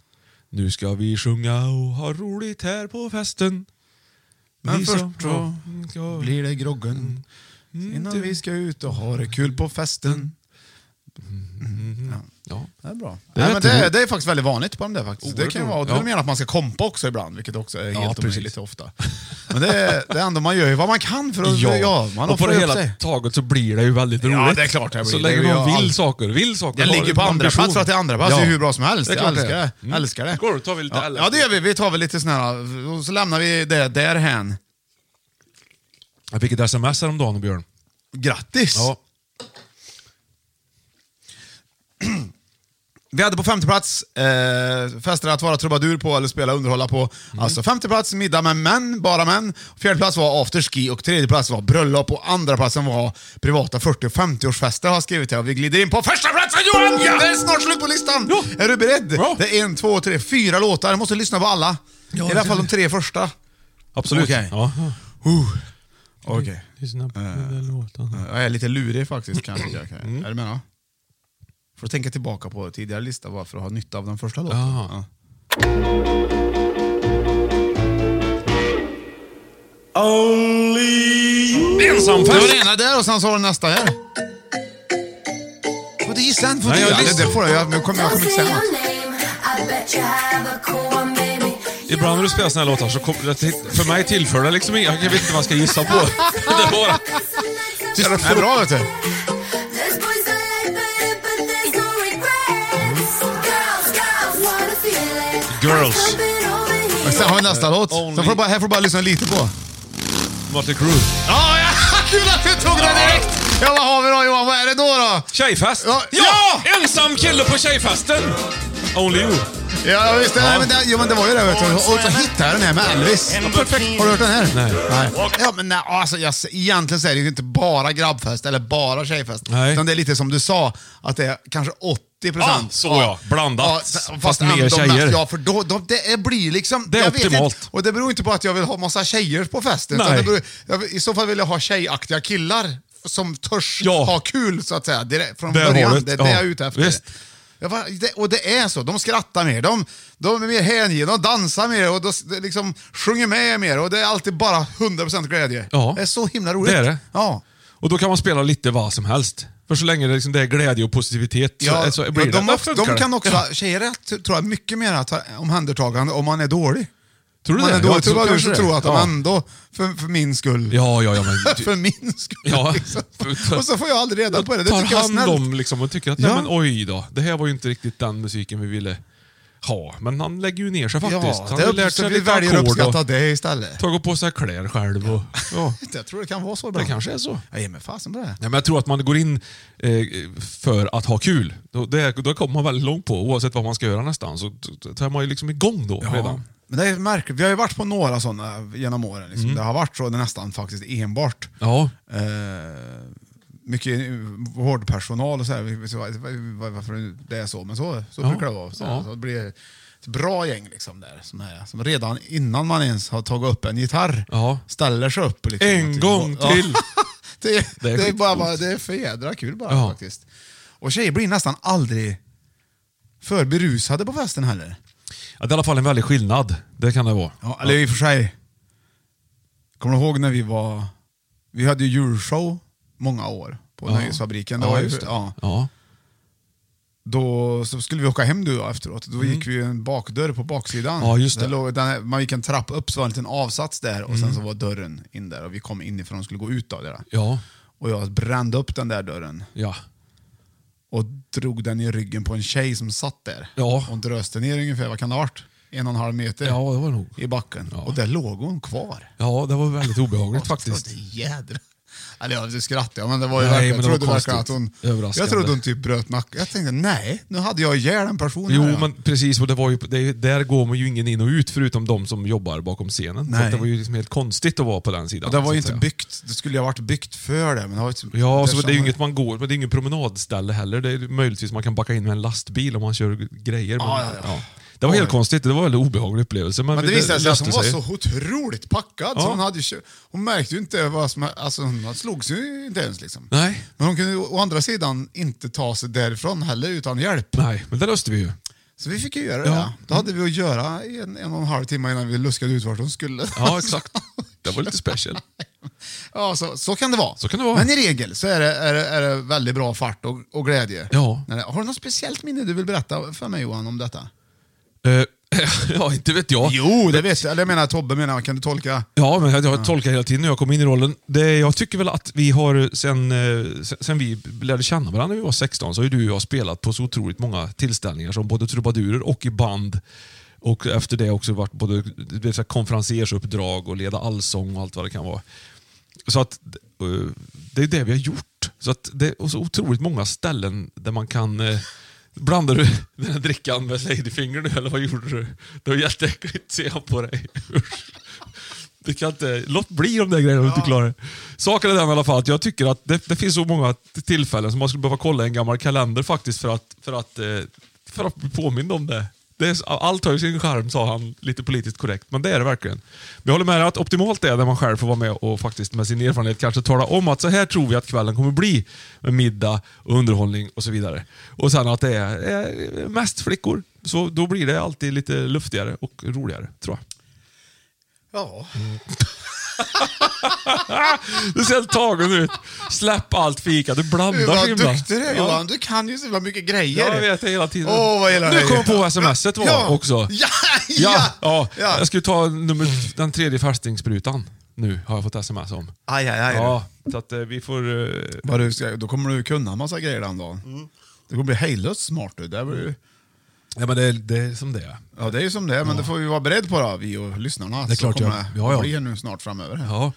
S1: Nu ska vi sjunga och ha roligt här på festen.
S2: Men
S1: Vi
S2: först
S1: som-
S2: så
S1: ja, mm, ja. Mm.
S2: Blir det groggen innan vi ska ut och ha det kul på festen.
S1: Ja.
S2: Det är bra.
S1: Det
S2: Det
S1: är Oh,
S2: är, Nej, men
S1: jätteroligt.
S2: det, det är faktiskt väldigt vanligt på de där faktiskt. Det
S1: Oerhört
S2: kan ju vara,
S1: roligt.
S2: du
S1: Ja.
S2: menar att man ska kompa också ibland, vilket också är helt
S1: precis.
S2: omöjligt ofta. Men det, är- det är ändå, man gör ju vad man kan för att...
S1: Ja,
S2: man
S1: och på
S2: offrar
S1: det
S2: upp
S1: hela
S2: sig.
S1: taget så blir det ju väldigt
S2: Ja,
S1: roligt.
S2: det är klart det blir.
S1: Så
S2: Det
S1: länge
S2: gör jag
S1: någon vill
S2: aldrig.
S1: saker, vill saker.
S2: Jag
S1: har
S2: ligger
S1: en
S2: på andra
S1: ambition.
S2: plats för att det är andra plats. Det är hur bra som helst.
S1: Det är
S2: jag
S1: klart
S2: älskar det.
S1: Mm.
S2: älskar det.
S1: Skål, tar vi lite
S2: ja,
S1: LSD.
S2: ja, det gör vi. Vi tar väl lite sån här... Och så lämnar vi det där hän.
S1: Jag fick ett sms häromdagen, Björn.
S2: Grattis!
S1: Ja.
S2: Vi hade på femte plats eh, fester att vara trubadur på eller spela och underhålla på. Alltså femte plats middag med män, bara män. Fjärde plats var afterski och tredje plats var bröllop och andra platsen var privata 40 och 50-årsfester har jag skrivit här. Och vi glider in på första platsen Johan! Det är snart slut på listan!
S1: Ja.
S2: Är du beredd?
S1: Ja.
S2: Det är en, två, tre, fyra låtar. Jag måste lyssna på alla.
S1: Ja,
S2: I alla fall
S1: det-
S2: de tre första.
S1: Absolut.
S2: Okej. Eh.
S1: Ja.
S2: Okej.
S1: Lyssna på den där låten.
S2: Jag är lite lurig faktiskt kanske. Jag kan. Är du med då? Får tänka tillbaka på tidigare lista bara för att ha nytta av den första låten.
S1: Ja.
S2: Ja. Det var det ena där och sen så har du nästa här. Får du gissa en? Får du
S1: Nej, jag
S2: gissa?
S1: lyssnar.
S2: Det får jag. jag- Nu kommer jag kommer inte säga något.
S1: Ibland när du spelar såna här låtar så kommer det till- För mig tillför det liksom inget. Jag vet inte vad jag ska gissa på. det är bara...
S2: Tyst, det är bra vet du.
S1: Girls.
S2: Men sen har vi nästa låt. Sen
S1: Only-
S2: får du bara, här får du bara lyssna lite på.
S1: Motley Crue.
S2: Ja, <laughs> ja, kul att du tog den direkt! Ja, vad har vi då Johan? Vad är det då? då?
S1: Tjejfest!
S2: Ja, ja!
S1: Ensam kille på tjejfesten! Only you.
S2: Ja, visst. Ja. Nej, men det, jo, men det var ju det vet du. Och så hittade jag den här med Elvis. Perfekt. Har du hört den här?
S1: Nej.
S2: Ja, men nej, alltså, jag, egentligen så är det ju inte bara grabbfest eller bara tjejfest.
S1: Nej.
S2: Utan det är lite som du sa, att det är kanske 80
S1: Ah,
S2: procent.
S1: så ja. Blandat.
S2: fast
S1: fast
S2: ändå
S1: mer
S2: mest-
S1: tjejer.
S2: Ja, för då, då, det är- blir liksom...
S1: Det är
S2: jag vet
S1: optimalt.
S2: Inte, och det beror inte på att jag vill ha massa tjejer på festen. utan
S1: Nej.
S2: Det beror, jag, I så fall vill jag ha tjejaktiga killar som törs
S1: Ja.
S2: ha kul, så att säga. Direkt, från
S1: Där har
S2: början.
S1: du
S2: det
S1: det.
S2: är det
S1: Ja,
S2: jag är ute efter.
S1: visst.
S2: Jag bara, det, och det är så. De skrattar mer, de, de är mer hängivna, de dansar mer och de, s- liksom sjunger med mer. Och det är alltid bara 100% glädje.
S1: Ja.
S2: Det är så himla roligt.
S1: Det är det.
S2: Ja.
S1: Och då kan man spela lite vad som helst. För så länge det, liksom, det är glädje och positivitet så, så blir
S2: ja, de,
S1: det.
S2: ofta,
S1: Där funkar
S2: de
S1: det.
S2: kan också,
S1: Ja.
S2: tjejer är, t- tror jag, mycket mer ta- omhändertagande om man är dålig.
S1: Tror du
S2: man
S1: det?
S2: är dålig,
S1: Ja,
S2: tror jag du
S1: kanske
S2: som
S1: det.
S2: tror att de
S1: Ja.
S2: ändå, för, för min skull.
S1: Ja, ja, ja. Men,
S2: <laughs> för min skull.
S1: Ja.
S2: Liksom. Och så får jag aldrig reda på det. Det
S1: tar
S2: tycker jag är
S1: hand
S2: snällt.
S1: om liksom, och tycker att
S2: Ja.
S1: nej, men, oj då, det här var ju inte riktigt den musiken vi ville ha. Men han lägger ju ner sig faktiskt.
S2: Ja,
S1: han
S2: det
S1: har
S2: är
S1: ju lärt
S2: så
S1: sig
S2: vi
S1: lite
S2: väljer att
S1: ackord
S2: uppskatta
S1: och
S2: det istället.
S1: tagit på sig kläder själv. Och, ja.
S2: Jag tror det kan vara så
S1: Det
S2: ibland.
S1: kanske är så.
S2: Jag ger mig fasen på det.
S1: Nej, men jag tror att man går in eh, för att ha kul. Då, det, då kommer man väldigt långt på, oavsett vad man ska göra nästan. Så t- t- tar man ju liksom igång då redan.
S2: Men det är märkligt. Vi har ju varit på några sådana genom åren. Liksom.
S1: Mm.
S2: Det har varit så det är nästan faktiskt enbart.
S1: Ja.
S2: Eh, mycket eh, vårdpersonal och så här. Vi- vi- vi- Varför det är så, men så, så
S1: Ja.
S2: brukar det vara. Så,
S1: Ja.
S2: så det blir ett bra gäng liksom där, som, är, som redan innan man ens har tagit upp en gitarr
S1: Ja.
S2: ställer sig upp. Liksom,
S1: En
S2: Och-
S1: gång
S2: <laughs> Ja.
S1: till!
S2: det, det,
S1: Det är
S2: är bara,
S1: skitcoolt.
S2: bara, det är för jädra kul bara
S1: Ja.
S2: faktiskt. Och tjejer blir nästan aldrig för berusade på festen heller.
S1: Ja, det är i alla fall en väldig skillnad. Det kan det vara.
S2: Ja, eller i och för sig. Kommer du ihåg när vi var... Vi hade ju julshow många år på Nöjesfabriken. Det var ju, Ja.
S1: Ja.
S2: Då så skulle vi åka hem du och jag efteråt. Då gick vi ju en bakdörr på baksidan.
S1: Mm. Ja, just det. Mm.
S2: Där låg, den, man gick en trappa upp så var det en liten avsats där och sen så var dörren in där och vi kom inifrån och skulle gå ut av det. där.
S1: Ja.
S2: Och jag brände upp den där dörren
S1: ja.
S2: och drog den i ryggen på en tjej som satt där.
S1: Ja.
S2: Hon dröste ner ungefär, vad kan det ha varit? En och en halv meter
S1: Ja, det var nog.
S2: i backen.
S1: Ja.
S2: Och där låg hon kvar.
S1: Ja, det var väldigt obehagligt faktiskt.
S2: Och det jädra. Eller jag skrattade, jag, men det var ju
S1: Nej,
S2: verkligen,
S1: men det var
S2: jag trodde verkligen att hon...
S1: konstigt. Överraskande.
S2: Jag trodde hon typ bröt nacken. Jag tänkte, nej, nu hade jag ihjäl en person
S1: Jo,
S2: här, ja.
S1: men precis. Och det var ju, det, där går man ju ingen in och ut förutom de som jobbar bakom scenen. Så
S2: Nej.
S1: att det var ju liksom helt konstigt att vara på den sidan.
S2: Och det var
S1: så att
S2: ju inte
S1: säga.
S2: byggt, det skulle ju ha varit byggt för det. Men det var ju
S1: Ja, så det är ju
S2: som-
S1: inget man går, men det är ingen promenadställe heller. Det är möjligtvis man kan backa in med en lastbil om man kör grejer. Men,
S2: Ja, ja, ja.
S1: Det var helt
S2: Oj.
S1: konstigt. Det var en väldigt obehaglig upplevelse. Men,
S2: Men det visade sig att
S1: löste
S2: hon var
S1: sig.
S2: så otroligt packad så
S1: Ja.
S2: hon, hade, ju kö- hon märkte ju inte vad som... Alltså hon slogs ju inte ens liksom.
S1: Nej.
S2: Men hon kunde ju å andra sidan inte ta sig därifrån heller utan hjälp.
S1: Nej, men det löste vi ju.
S2: Så vi fick ju göra
S1: Ja.
S2: det. Då hade vi att göra i en, en och en halv timme innan vi luskade ut vart hon skulle. <laughs>
S1: Ja, exakt. Det var lite special.
S2: Ja, så, så kan det vara.
S1: Så kan det vara.
S2: Men i regel så är det, är det, är det väldigt bra fart och, och glädje.
S1: Ja.
S2: När det- Har du något speciellt minne du vill berätta för mig Johan om detta?
S1: Eh, <laughs> ja, inte vet jag.
S2: det vet jag. Eller jag menar Tobbe menar jag. Kan du tolka?
S1: Ja, men jag, jag tolkar hela tiden när jag kom in i rollen. Det, jag tycker väl att vi har, sen, eh, sen, sen vi lärde känna varandra när vi var 16, så har ju du och jag spelat på så otroligt många tillställningar som både trubadurer och i band. Och efter det också varit både det vill säga, konferensersuppdrag och leda allsång och allt vad det kan vara. Så att eh, det är det vi har gjort. Så att det är så otroligt många ställen där man kan eh, Blandar du den här drickan med ladyfinger nu eller vad gjorde du? Det var jätteäckligt, ser jag på dig. Usch. Det kan inte, låt bli de där grejerna om du inte klarar det. Saken är den i alla fall att jag tycker att det, det finns så många t- tillfällen som man skulle behöva kolla i en gammal kalender faktiskt för att, för att, eh, för att bli påmind om det. det är, så- allt har ju sin charm sa han lite politiskt korrekt, men det är det verkligen. Men jag håller med dig att optimalt är när man själv får vara med och faktiskt med sin erfarenhet kanske tala om att så här tror vi att kvällen kommer bli med middag och underhållning och så vidare. Och sen att det är, är mest flickor. Så då blir det alltid lite luftigare och roligare, tror jag.
S2: Ja.
S1: Mm. Du ser helt tagen ut. Släpp allt fika, du
S2: Du,
S1: blandar
S2: vad
S1: så himla.
S2: duktig du är
S1: Ja.
S2: Johan. Du kan ju så himla mycket grejer.
S1: Ja, jag vet det hela tiden.
S2: Åh, vad gillar
S1: nu
S2: dig.
S1: kom jag på smset var
S2: Ja.
S1: också.
S2: Ja,
S1: ja,
S2: ja,
S1: ja.
S2: ja.
S1: Jag skulle ta nummer, den tredje fästingsprutan. Nu har jag fått sms om.
S2: Aj, aj, aj.
S1: Ja, så att eh, vi får... eh,
S2: Vad du ska, då kommer du kunna en massa grejer den dagen. Du kommer bli hejdlöst smart du. Det, blir, ju-
S1: Ja, men det, är- det är som det är.
S2: ja, det är ju som det är, men det får vi vara beredda på då, vi och lyssnarna.
S1: Det är klart
S2: så kommer
S1: jag-
S2: det
S1: ja, ja.
S2: bli nu snart framöver.
S1: Ja.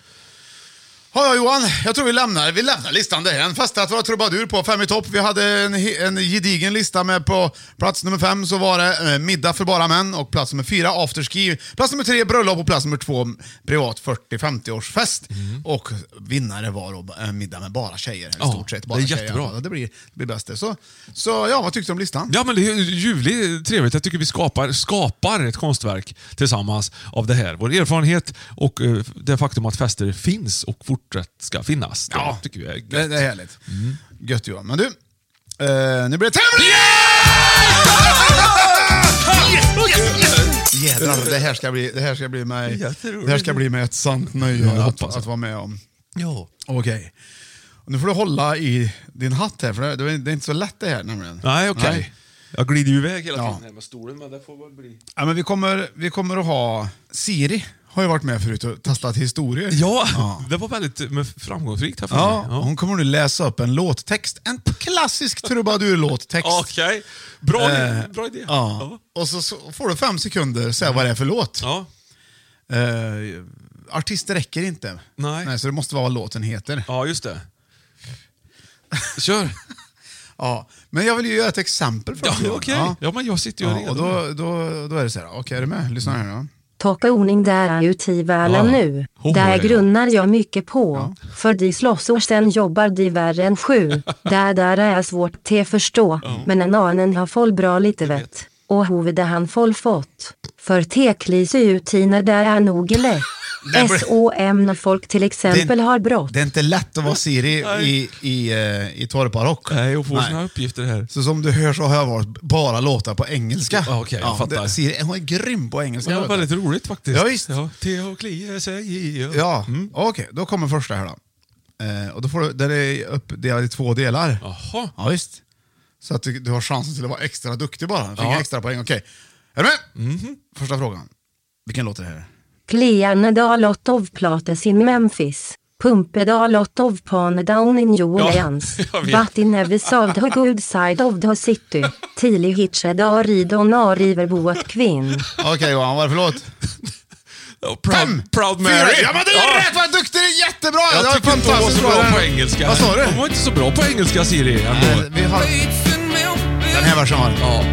S2: Ja, ja, Johan, jag tror vi lämnar, vi lämnar listan därhän. Fast att vara trubadur på fem i topp. Vi hade en, he- en gedigen lista med på plats nummer fem så var det eh, middag för bara män och plats nummer fyra afterski. Plats nummer tre bröllop och plats nummer två privat 40-50-årsfest. Och vinnare var då eh, middag med bara tjejer. I
S1: Mm. Ja,
S2: stort sett
S1: det är
S2: bara tjejer.
S1: jättebra.
S2: Ja, Det blir, det blir bäst det. Så, så ja, vad tyckte du om listan?
S1: Ja, men det är ljuvligt trevligt. Jag tycker vi skapar, skapar ett konstverk tillsammans av det här. Vår erfarenhet och eh, det faktum att fester finns och fortsatt ska finnas. Det
S2: Ja, eh,
S1: tycker vi är gött.
S2: det, det är härligt. Gött Johan. Men du, eh, nu blir det tävling! Jädrar, det här ska bli, det här ska bli, mig,
S1: Jätteroligt.
S2: det här ska bli mig ett sant nöje
S1: det hoppas
S2: att,
S1: jag.
S2: att vara med om.
S1: Ja.
S2: Okej. Och Nu får du hålla i din hatt här, för det, det är- det är inte så lätt det här nämligen.
S1: Nej, okej. Jag glider ju iväg hela
S2: Ja.
S1: tiden här med stolen, men det får väl bli...
S2: Ja, men vi, kommer, vi kommer att ha... Siri har ju varit med förut och testat historier.
S1: Ja, <laughs> det var väldigt eh, men framgångsrikt här för
S2: Ja,
S1: mig.
S2: Hon kommer nu läsa upp en låttext. En klassisk trubadurlåttext.
S1: Okej, bra,
S2: Eh,
S1: bra idé.
S2: Ja. Och så, så får du fem sekunder säga vad det är för låt.
S1: Ja.
S2: Eh, artist räcker inte.
S1: Nej.
S2: så det måste vara vad låten heter.
S1: ja, just det. Kör.
S2: Ja. Men jag vill ju göra ett exempel för
S1: Ja,
S2: dig.
S1: okej. Ja. men jag sitter ju
S2: Ja,
S1: redo.
S2: och då, då, då är det så här, okej är du med? Lyssna här
S1: Mm.
S2: då.
S6: Taka ordning där är ju tivalen
S1: Ja.
S6: nu.
S1: Hon är
S6: där
S1: det.
S6: grunnar jag mycket på. För de slåss och sen jobbar de värre än
S2: <laughs>
S6: sju. där där är svårt te förstå. Men en anen har folk bra lite vett. Och hovedet han folk fått. För teklis utiner där är nog lätt.
S2: <laughs> Nej, men-
S6: S.O.M. när folk till exempel har brott.
S2: Det är inte lätt att
S1: <laughs>
S2: vara Siri i, i, eh, i torparrock.
S1: Nej, och får såna här uppgifter här.
S2: Så som du hör så har jag valt bara låtar på engelska.
S1: Ja, okej, jag fattar.
S2: det- Siri, hon är grym på engelska.
S1: Det var
S2: vet du.
S1: väldigt roligt faktiskt.
S2: Ja, visst.
S1: Ja, te och klia sig i.
S2: Ja, okej. Då kommer första här då. Eh, och då får du, den är uppdelad i två delar.
S1: Jaha.
S2: Ja, visst. Så att du, du har chansen till att vara extra duktig bara. Fick
S1: Ja. Mhm.
S2: extra poäng. Okej. Är du med? Första frågan. Vilken låt är det här?
S6: Klianedalotov plates in Memphis. Pumpedalotov pan down in New
S1: Ja,
S6: Orleans.
S1: <laughs> jag vet.
S6: But in every side the good side of the city. Tili hitchedar i donar riverboat kvinn.
S2: Okej Johan, vad är det för låt?
S1: Ja, Proud, Proud Mary.
S2: Fyra. Ja men det är rätt! Vad duktig du är! Jättebra!
S1: Jag
S2: det var
S1: tycker inte hon var så
S2: fantastiskt
S1: bra
S2: den.
S1: på engelska.
S2: Vad sa du?
S1: Hon var inte så bra på engelska, Siri.
S2: Nej,
S1: Ändå.
S2: vi har... Den här versen var det.
S1: Ja.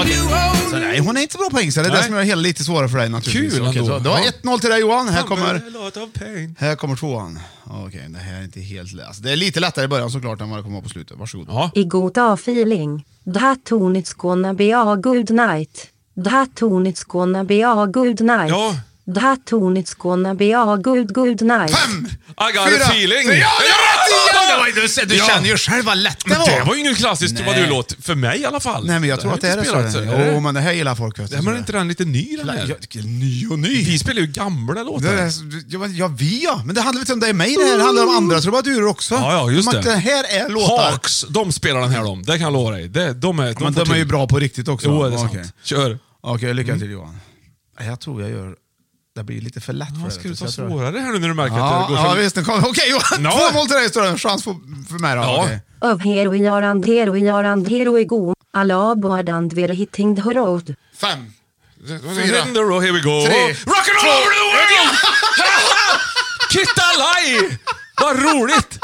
S2: Okej. Så alltså, nej, hon är inte så bra på engelska. Det är det
S1: Nej.
S2: som gör det hela lite svårare för dig naturligtvis.
S1: Kul
S2: Okej,
S1: ändå.
S2: så Det var
S1: Ja.
S2: 1-0 till dig Johan. Här kommer...
S1: A lot of pain.
S2: Här kommer tvåan. Okej, det här är inte helt lätt. Alltså, det är lite lättare i början såklart än vad det kommer vara på slutet. Varsågod.
S1: Ja.
S6: I god feeling. That tornit's gonna be a good night. That tornit's gonna be a good night.
S1: Ja.
S6: That tornit's gonna be a good good night.
S2: Fem!
S1: I got a feeling.
S2: Tre, Ja, det är rätt igen! Det var ju- Du, du
S1: Ja.
S2: känner ju själv vad lätt det
S1: Men
S2: var.
S1: det var ju ingen klassisk
S2: Nej.
S1: trubadurlåt. För mig i alla fall.
S2: Nej, men jag tror
S1: har
S2: att det är
S1: inte
S2: det.
S1: spelats,
S2: så.
S1: är det?
S2: Jo, men det här gillar folk. Vet du,
S1: Nej, men
S2: så
S1: är inte den lite ny den här?
S2: Jag- jag- Ny och ny.
S1: Vi spelar ju gamla låtar.
S2: Det är, ja, ja, vi ja. Men det handlar inte om dig och mig det här. Det handlar om andra trubadurer också.
S1: Ja, ja, just
S2: Men
S1: det.
S2: Det här är låtar.
S1: Hawks, de spelar den här de. Det kan jag lova dig. Det, de är, de
S2: Men
S1: får
S2: de är ju
S1: till.
S2: bra på riktigt också.
S1: Jo, det är sant.
S2: Okej.
S1: Kör.
S2: Okej, lycka till Johan. Jag tror jag gör... Det blir lite för lätt för
S1: Ja,
S2: dig,
S1: ska du
S2: vet
S1: ta
S2: så jag tror-
S1: svårare här nu när du märker
S2: Ja,
S1: att det går
S2: ja
S1: för...
S2: visst. den kommer. Okej Johan,
S1: Ja.
S2: 2-0 till dig står det. Chans för, för mig då.
S1: Ja.
S2: Okej.
S6: Of here we are and here we are and here we go. Alla board and we're hitting the road.
S2: Fem.
S1: Hit the road, here we go.
S2: Tre.
S1: Rock and roll over the world! <laughs> Kittalaj! Vad roligt!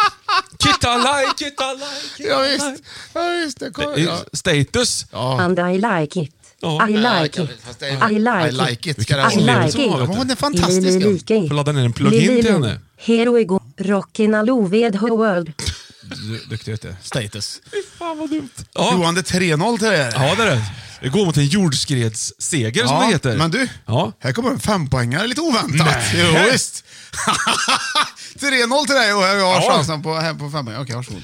S1: Kittalaj, kittalaj,
S2: Ja
S1: kittalaj.
S2: visst. Ja, visst. Det kommer.
S1: Det är
S2: Ja.
S1: ju Status.
S6: And I like it.
S1: Ah. Ja.
S6: I like it.
S2: Fast det är-
S6: I like
S2: I like it.
S6: it.
S2: Ska det
S6: I
S2: vara.
S6: like it.
S2: Ja, men Hon är fantastisk.
S6: Lili like it.
S1: Får ladda ner en plugin
S6: Lili
S1: till
S6: lo.
S1: henne.
S6: Here we go. Rockin' all over the world.
S2: Duktig vet du. Status.
S1: Fan vad dumt. Ja,
S2: Johan, det är 3-0 till dig.
S1: ja det är det. Det går mot en jordskredsseger som
S2: Ja,
S1: det heter.
S2: Men du,
S1: Ja.
S2: här kommer en fempoängare lite oväntat.
S1: Nej.
S2: Jo, visst. 3-0 till dig och jag har
S1: Ja.
S2: chansen på, här på fempoängare. Okej, varsågod.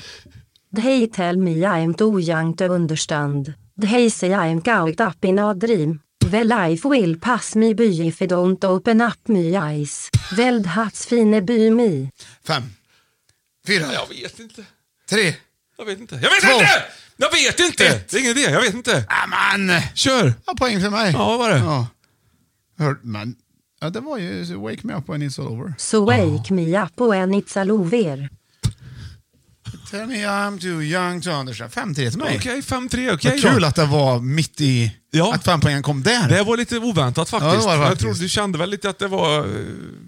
S6: They tell me I'm too young to understand. They say I'm caught up in a dream. Well, life will pass me by if I don't open up my eyes. Well, that's fine by me.
S2: Fem, fyra,
S1: Jag vet inte.
S2: tre.
S1: Jag vet inte. Jag vet
S2: Två.
S1: inte! Jag vet inte!
S2: Ett.
S1: Det är ingen idé. Jag vet inte.
S2: Amen!
S1: Kör.
S2: Ja, poäng för mig.
S1: Ja, vad var det?
S2: Ja. Hör, men, ja, det var ju Wake Me Up When It's All Over.
S6: So wake me up when it's all over.
S2: Tell me I'm too young to understand. 5-3 till mig.
S1: Okej, 5-3.
S2: Vad
S1: Okej då.
S2: kul att det var mitt i...
S1: Ja.
S2: Att fempoängen kom där.
S1: Det var lite oväntat faktiskt.
S2: Ja, det var det
S1: Jag
S2: faktiskt.
S1: trodde, du kände väl lite att det var... eh,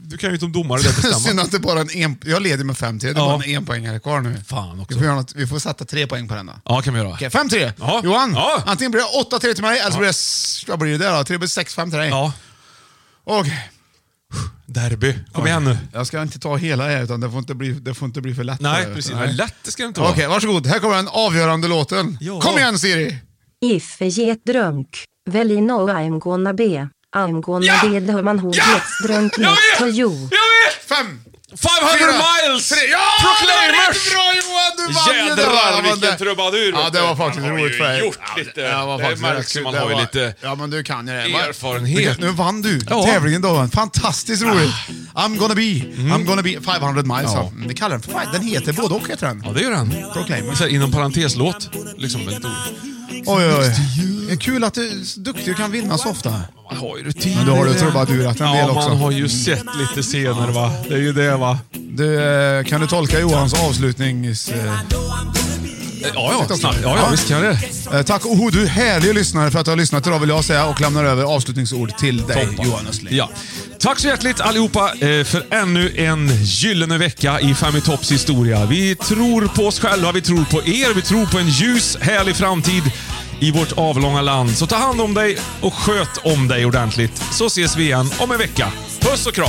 S1: Du kan ju inte som
S2: <laughs>
S1: domare det
S2: Synd
S1: bestämma.
S2: att det bara är en en... Jag leder med 5-3. Det är
S1: Ja.
S2: bara en enpoängare kvar nu.
S1: Fan också.
S2: Vi får, göra något, vi får sätta tre poäng på den då.
S1: Ja, kan vi göra.
S2: Okej, 5-3.
S1: Ja.
S2: Johan,
S1: Ja.
S2: antingen blir det 8-3 till mig eller så blir det... s- Vad blir det där då? Det blir 6-5 till dig.
S1: Ja,
S2: Okej.
S1: derby. Kom igen nu.
S2: Jag ska inte ta hela här, utan det får inte bli, det får inte bli för lätt.
S1: Nej,
S2: här.
S1: precis. Men lätt det ska det inte vara.
S2: Okej, varsågod. Här kommer den avgörande låten.
S1: Ja.
S2: Kom igen Siri!
S6: If I get drunk, well you know I'm gonna be. I'm gonna
S1: Ja!
S6: be the man who gets drunk next to you.
S1: Jag vet!
S2: Fem!
S1: 500
S2: Fyra,
S1: miles!
S2: Tre. Ja!
S1: Proclaimers!
S2: Det var riktigt bra Johan! Du vann ju där.
S1: Jädrar
S2: Ja, men
S1: vilken
S2: det-
S1: trubadur!
S2: Ja,
S1: vet
S2: det
S1: du.
S2: var faktiskt
S1: Han har
S2: roligt
S1: ju
S2: för dig.
S1: gjort lite.
S2: Ja, var
S1: Det
S2: faktiskt
S1: märks ju,
S2: rätt
S1: man
S2: kul.
S1: har ju
S2: Det var-
S1: lite
S2: Ja, men du kan ju det.
S1: erfarenhet.
S2: Nu vann du
S1: Ja. Ah.
S2: tävlingen då. Fantastiskt roligt. I'm gonna be,
S1: Mm.
S2: I'm gonna be 500 miles. Ja. Det kallar den för fan, Den heter både och heter den.
S1: Ja, det gör han.
S2: Proclaimer.
S1: Så här, Inom parentes-låt. Liksom, ett ord.
S2: Oj, oj, oj. Det är kul att du är så duktig och kan vinna så ofta.
S1: man har ju rutin.
S2: Men då har du
S1: i det.
S2: trubadurat en
S1: ja,
S2: del också.
S1: man har ju sett lite scener va. Det är ju det va.
S2: Du, eh, kan du tolka Johans avslutning? Eh,
S1: Ja, ja, snabbt. Ja, ja, visst kan jag det.
S2: Eh, Tack Oho, du härlig lyssnare för att du har lyssnat idag vill jag säga och lämnar över avslutningsord till dig
S1: Toppen.
S2: Johan Östling.
S1: Ja. Tack så hjärtligt allihopa eh, för ännu en gyllene vecka i Fem i topps historia. Vi tror på oss själva, vi tror på er, vi tror på en ljus, härlig framtid i vårt avlånga land. Så ta hand om dig och sköt om dig ordentligt. Så ses vi igen om en vecka. Puss och kram!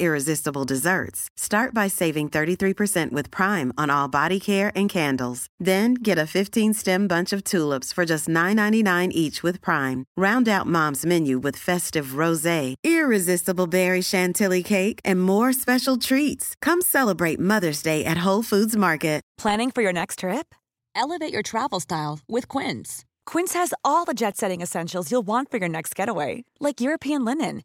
S7: irresistible desserts. Start by saving 33% with Prime on all body care and candles. Then get a 15-stem bunch of tulips for just $9.99 each with Prime. Round out Mom's menu with festive rosé, irresistible berry chantilly cake, and more special treats. Come celebrate Mother's Day at Whole Foods Market.
S8: Planning for your next trip? Elevate your travel style with Quince. Quince has all the jet setting essentials you'll want for your next getaway, like European linen,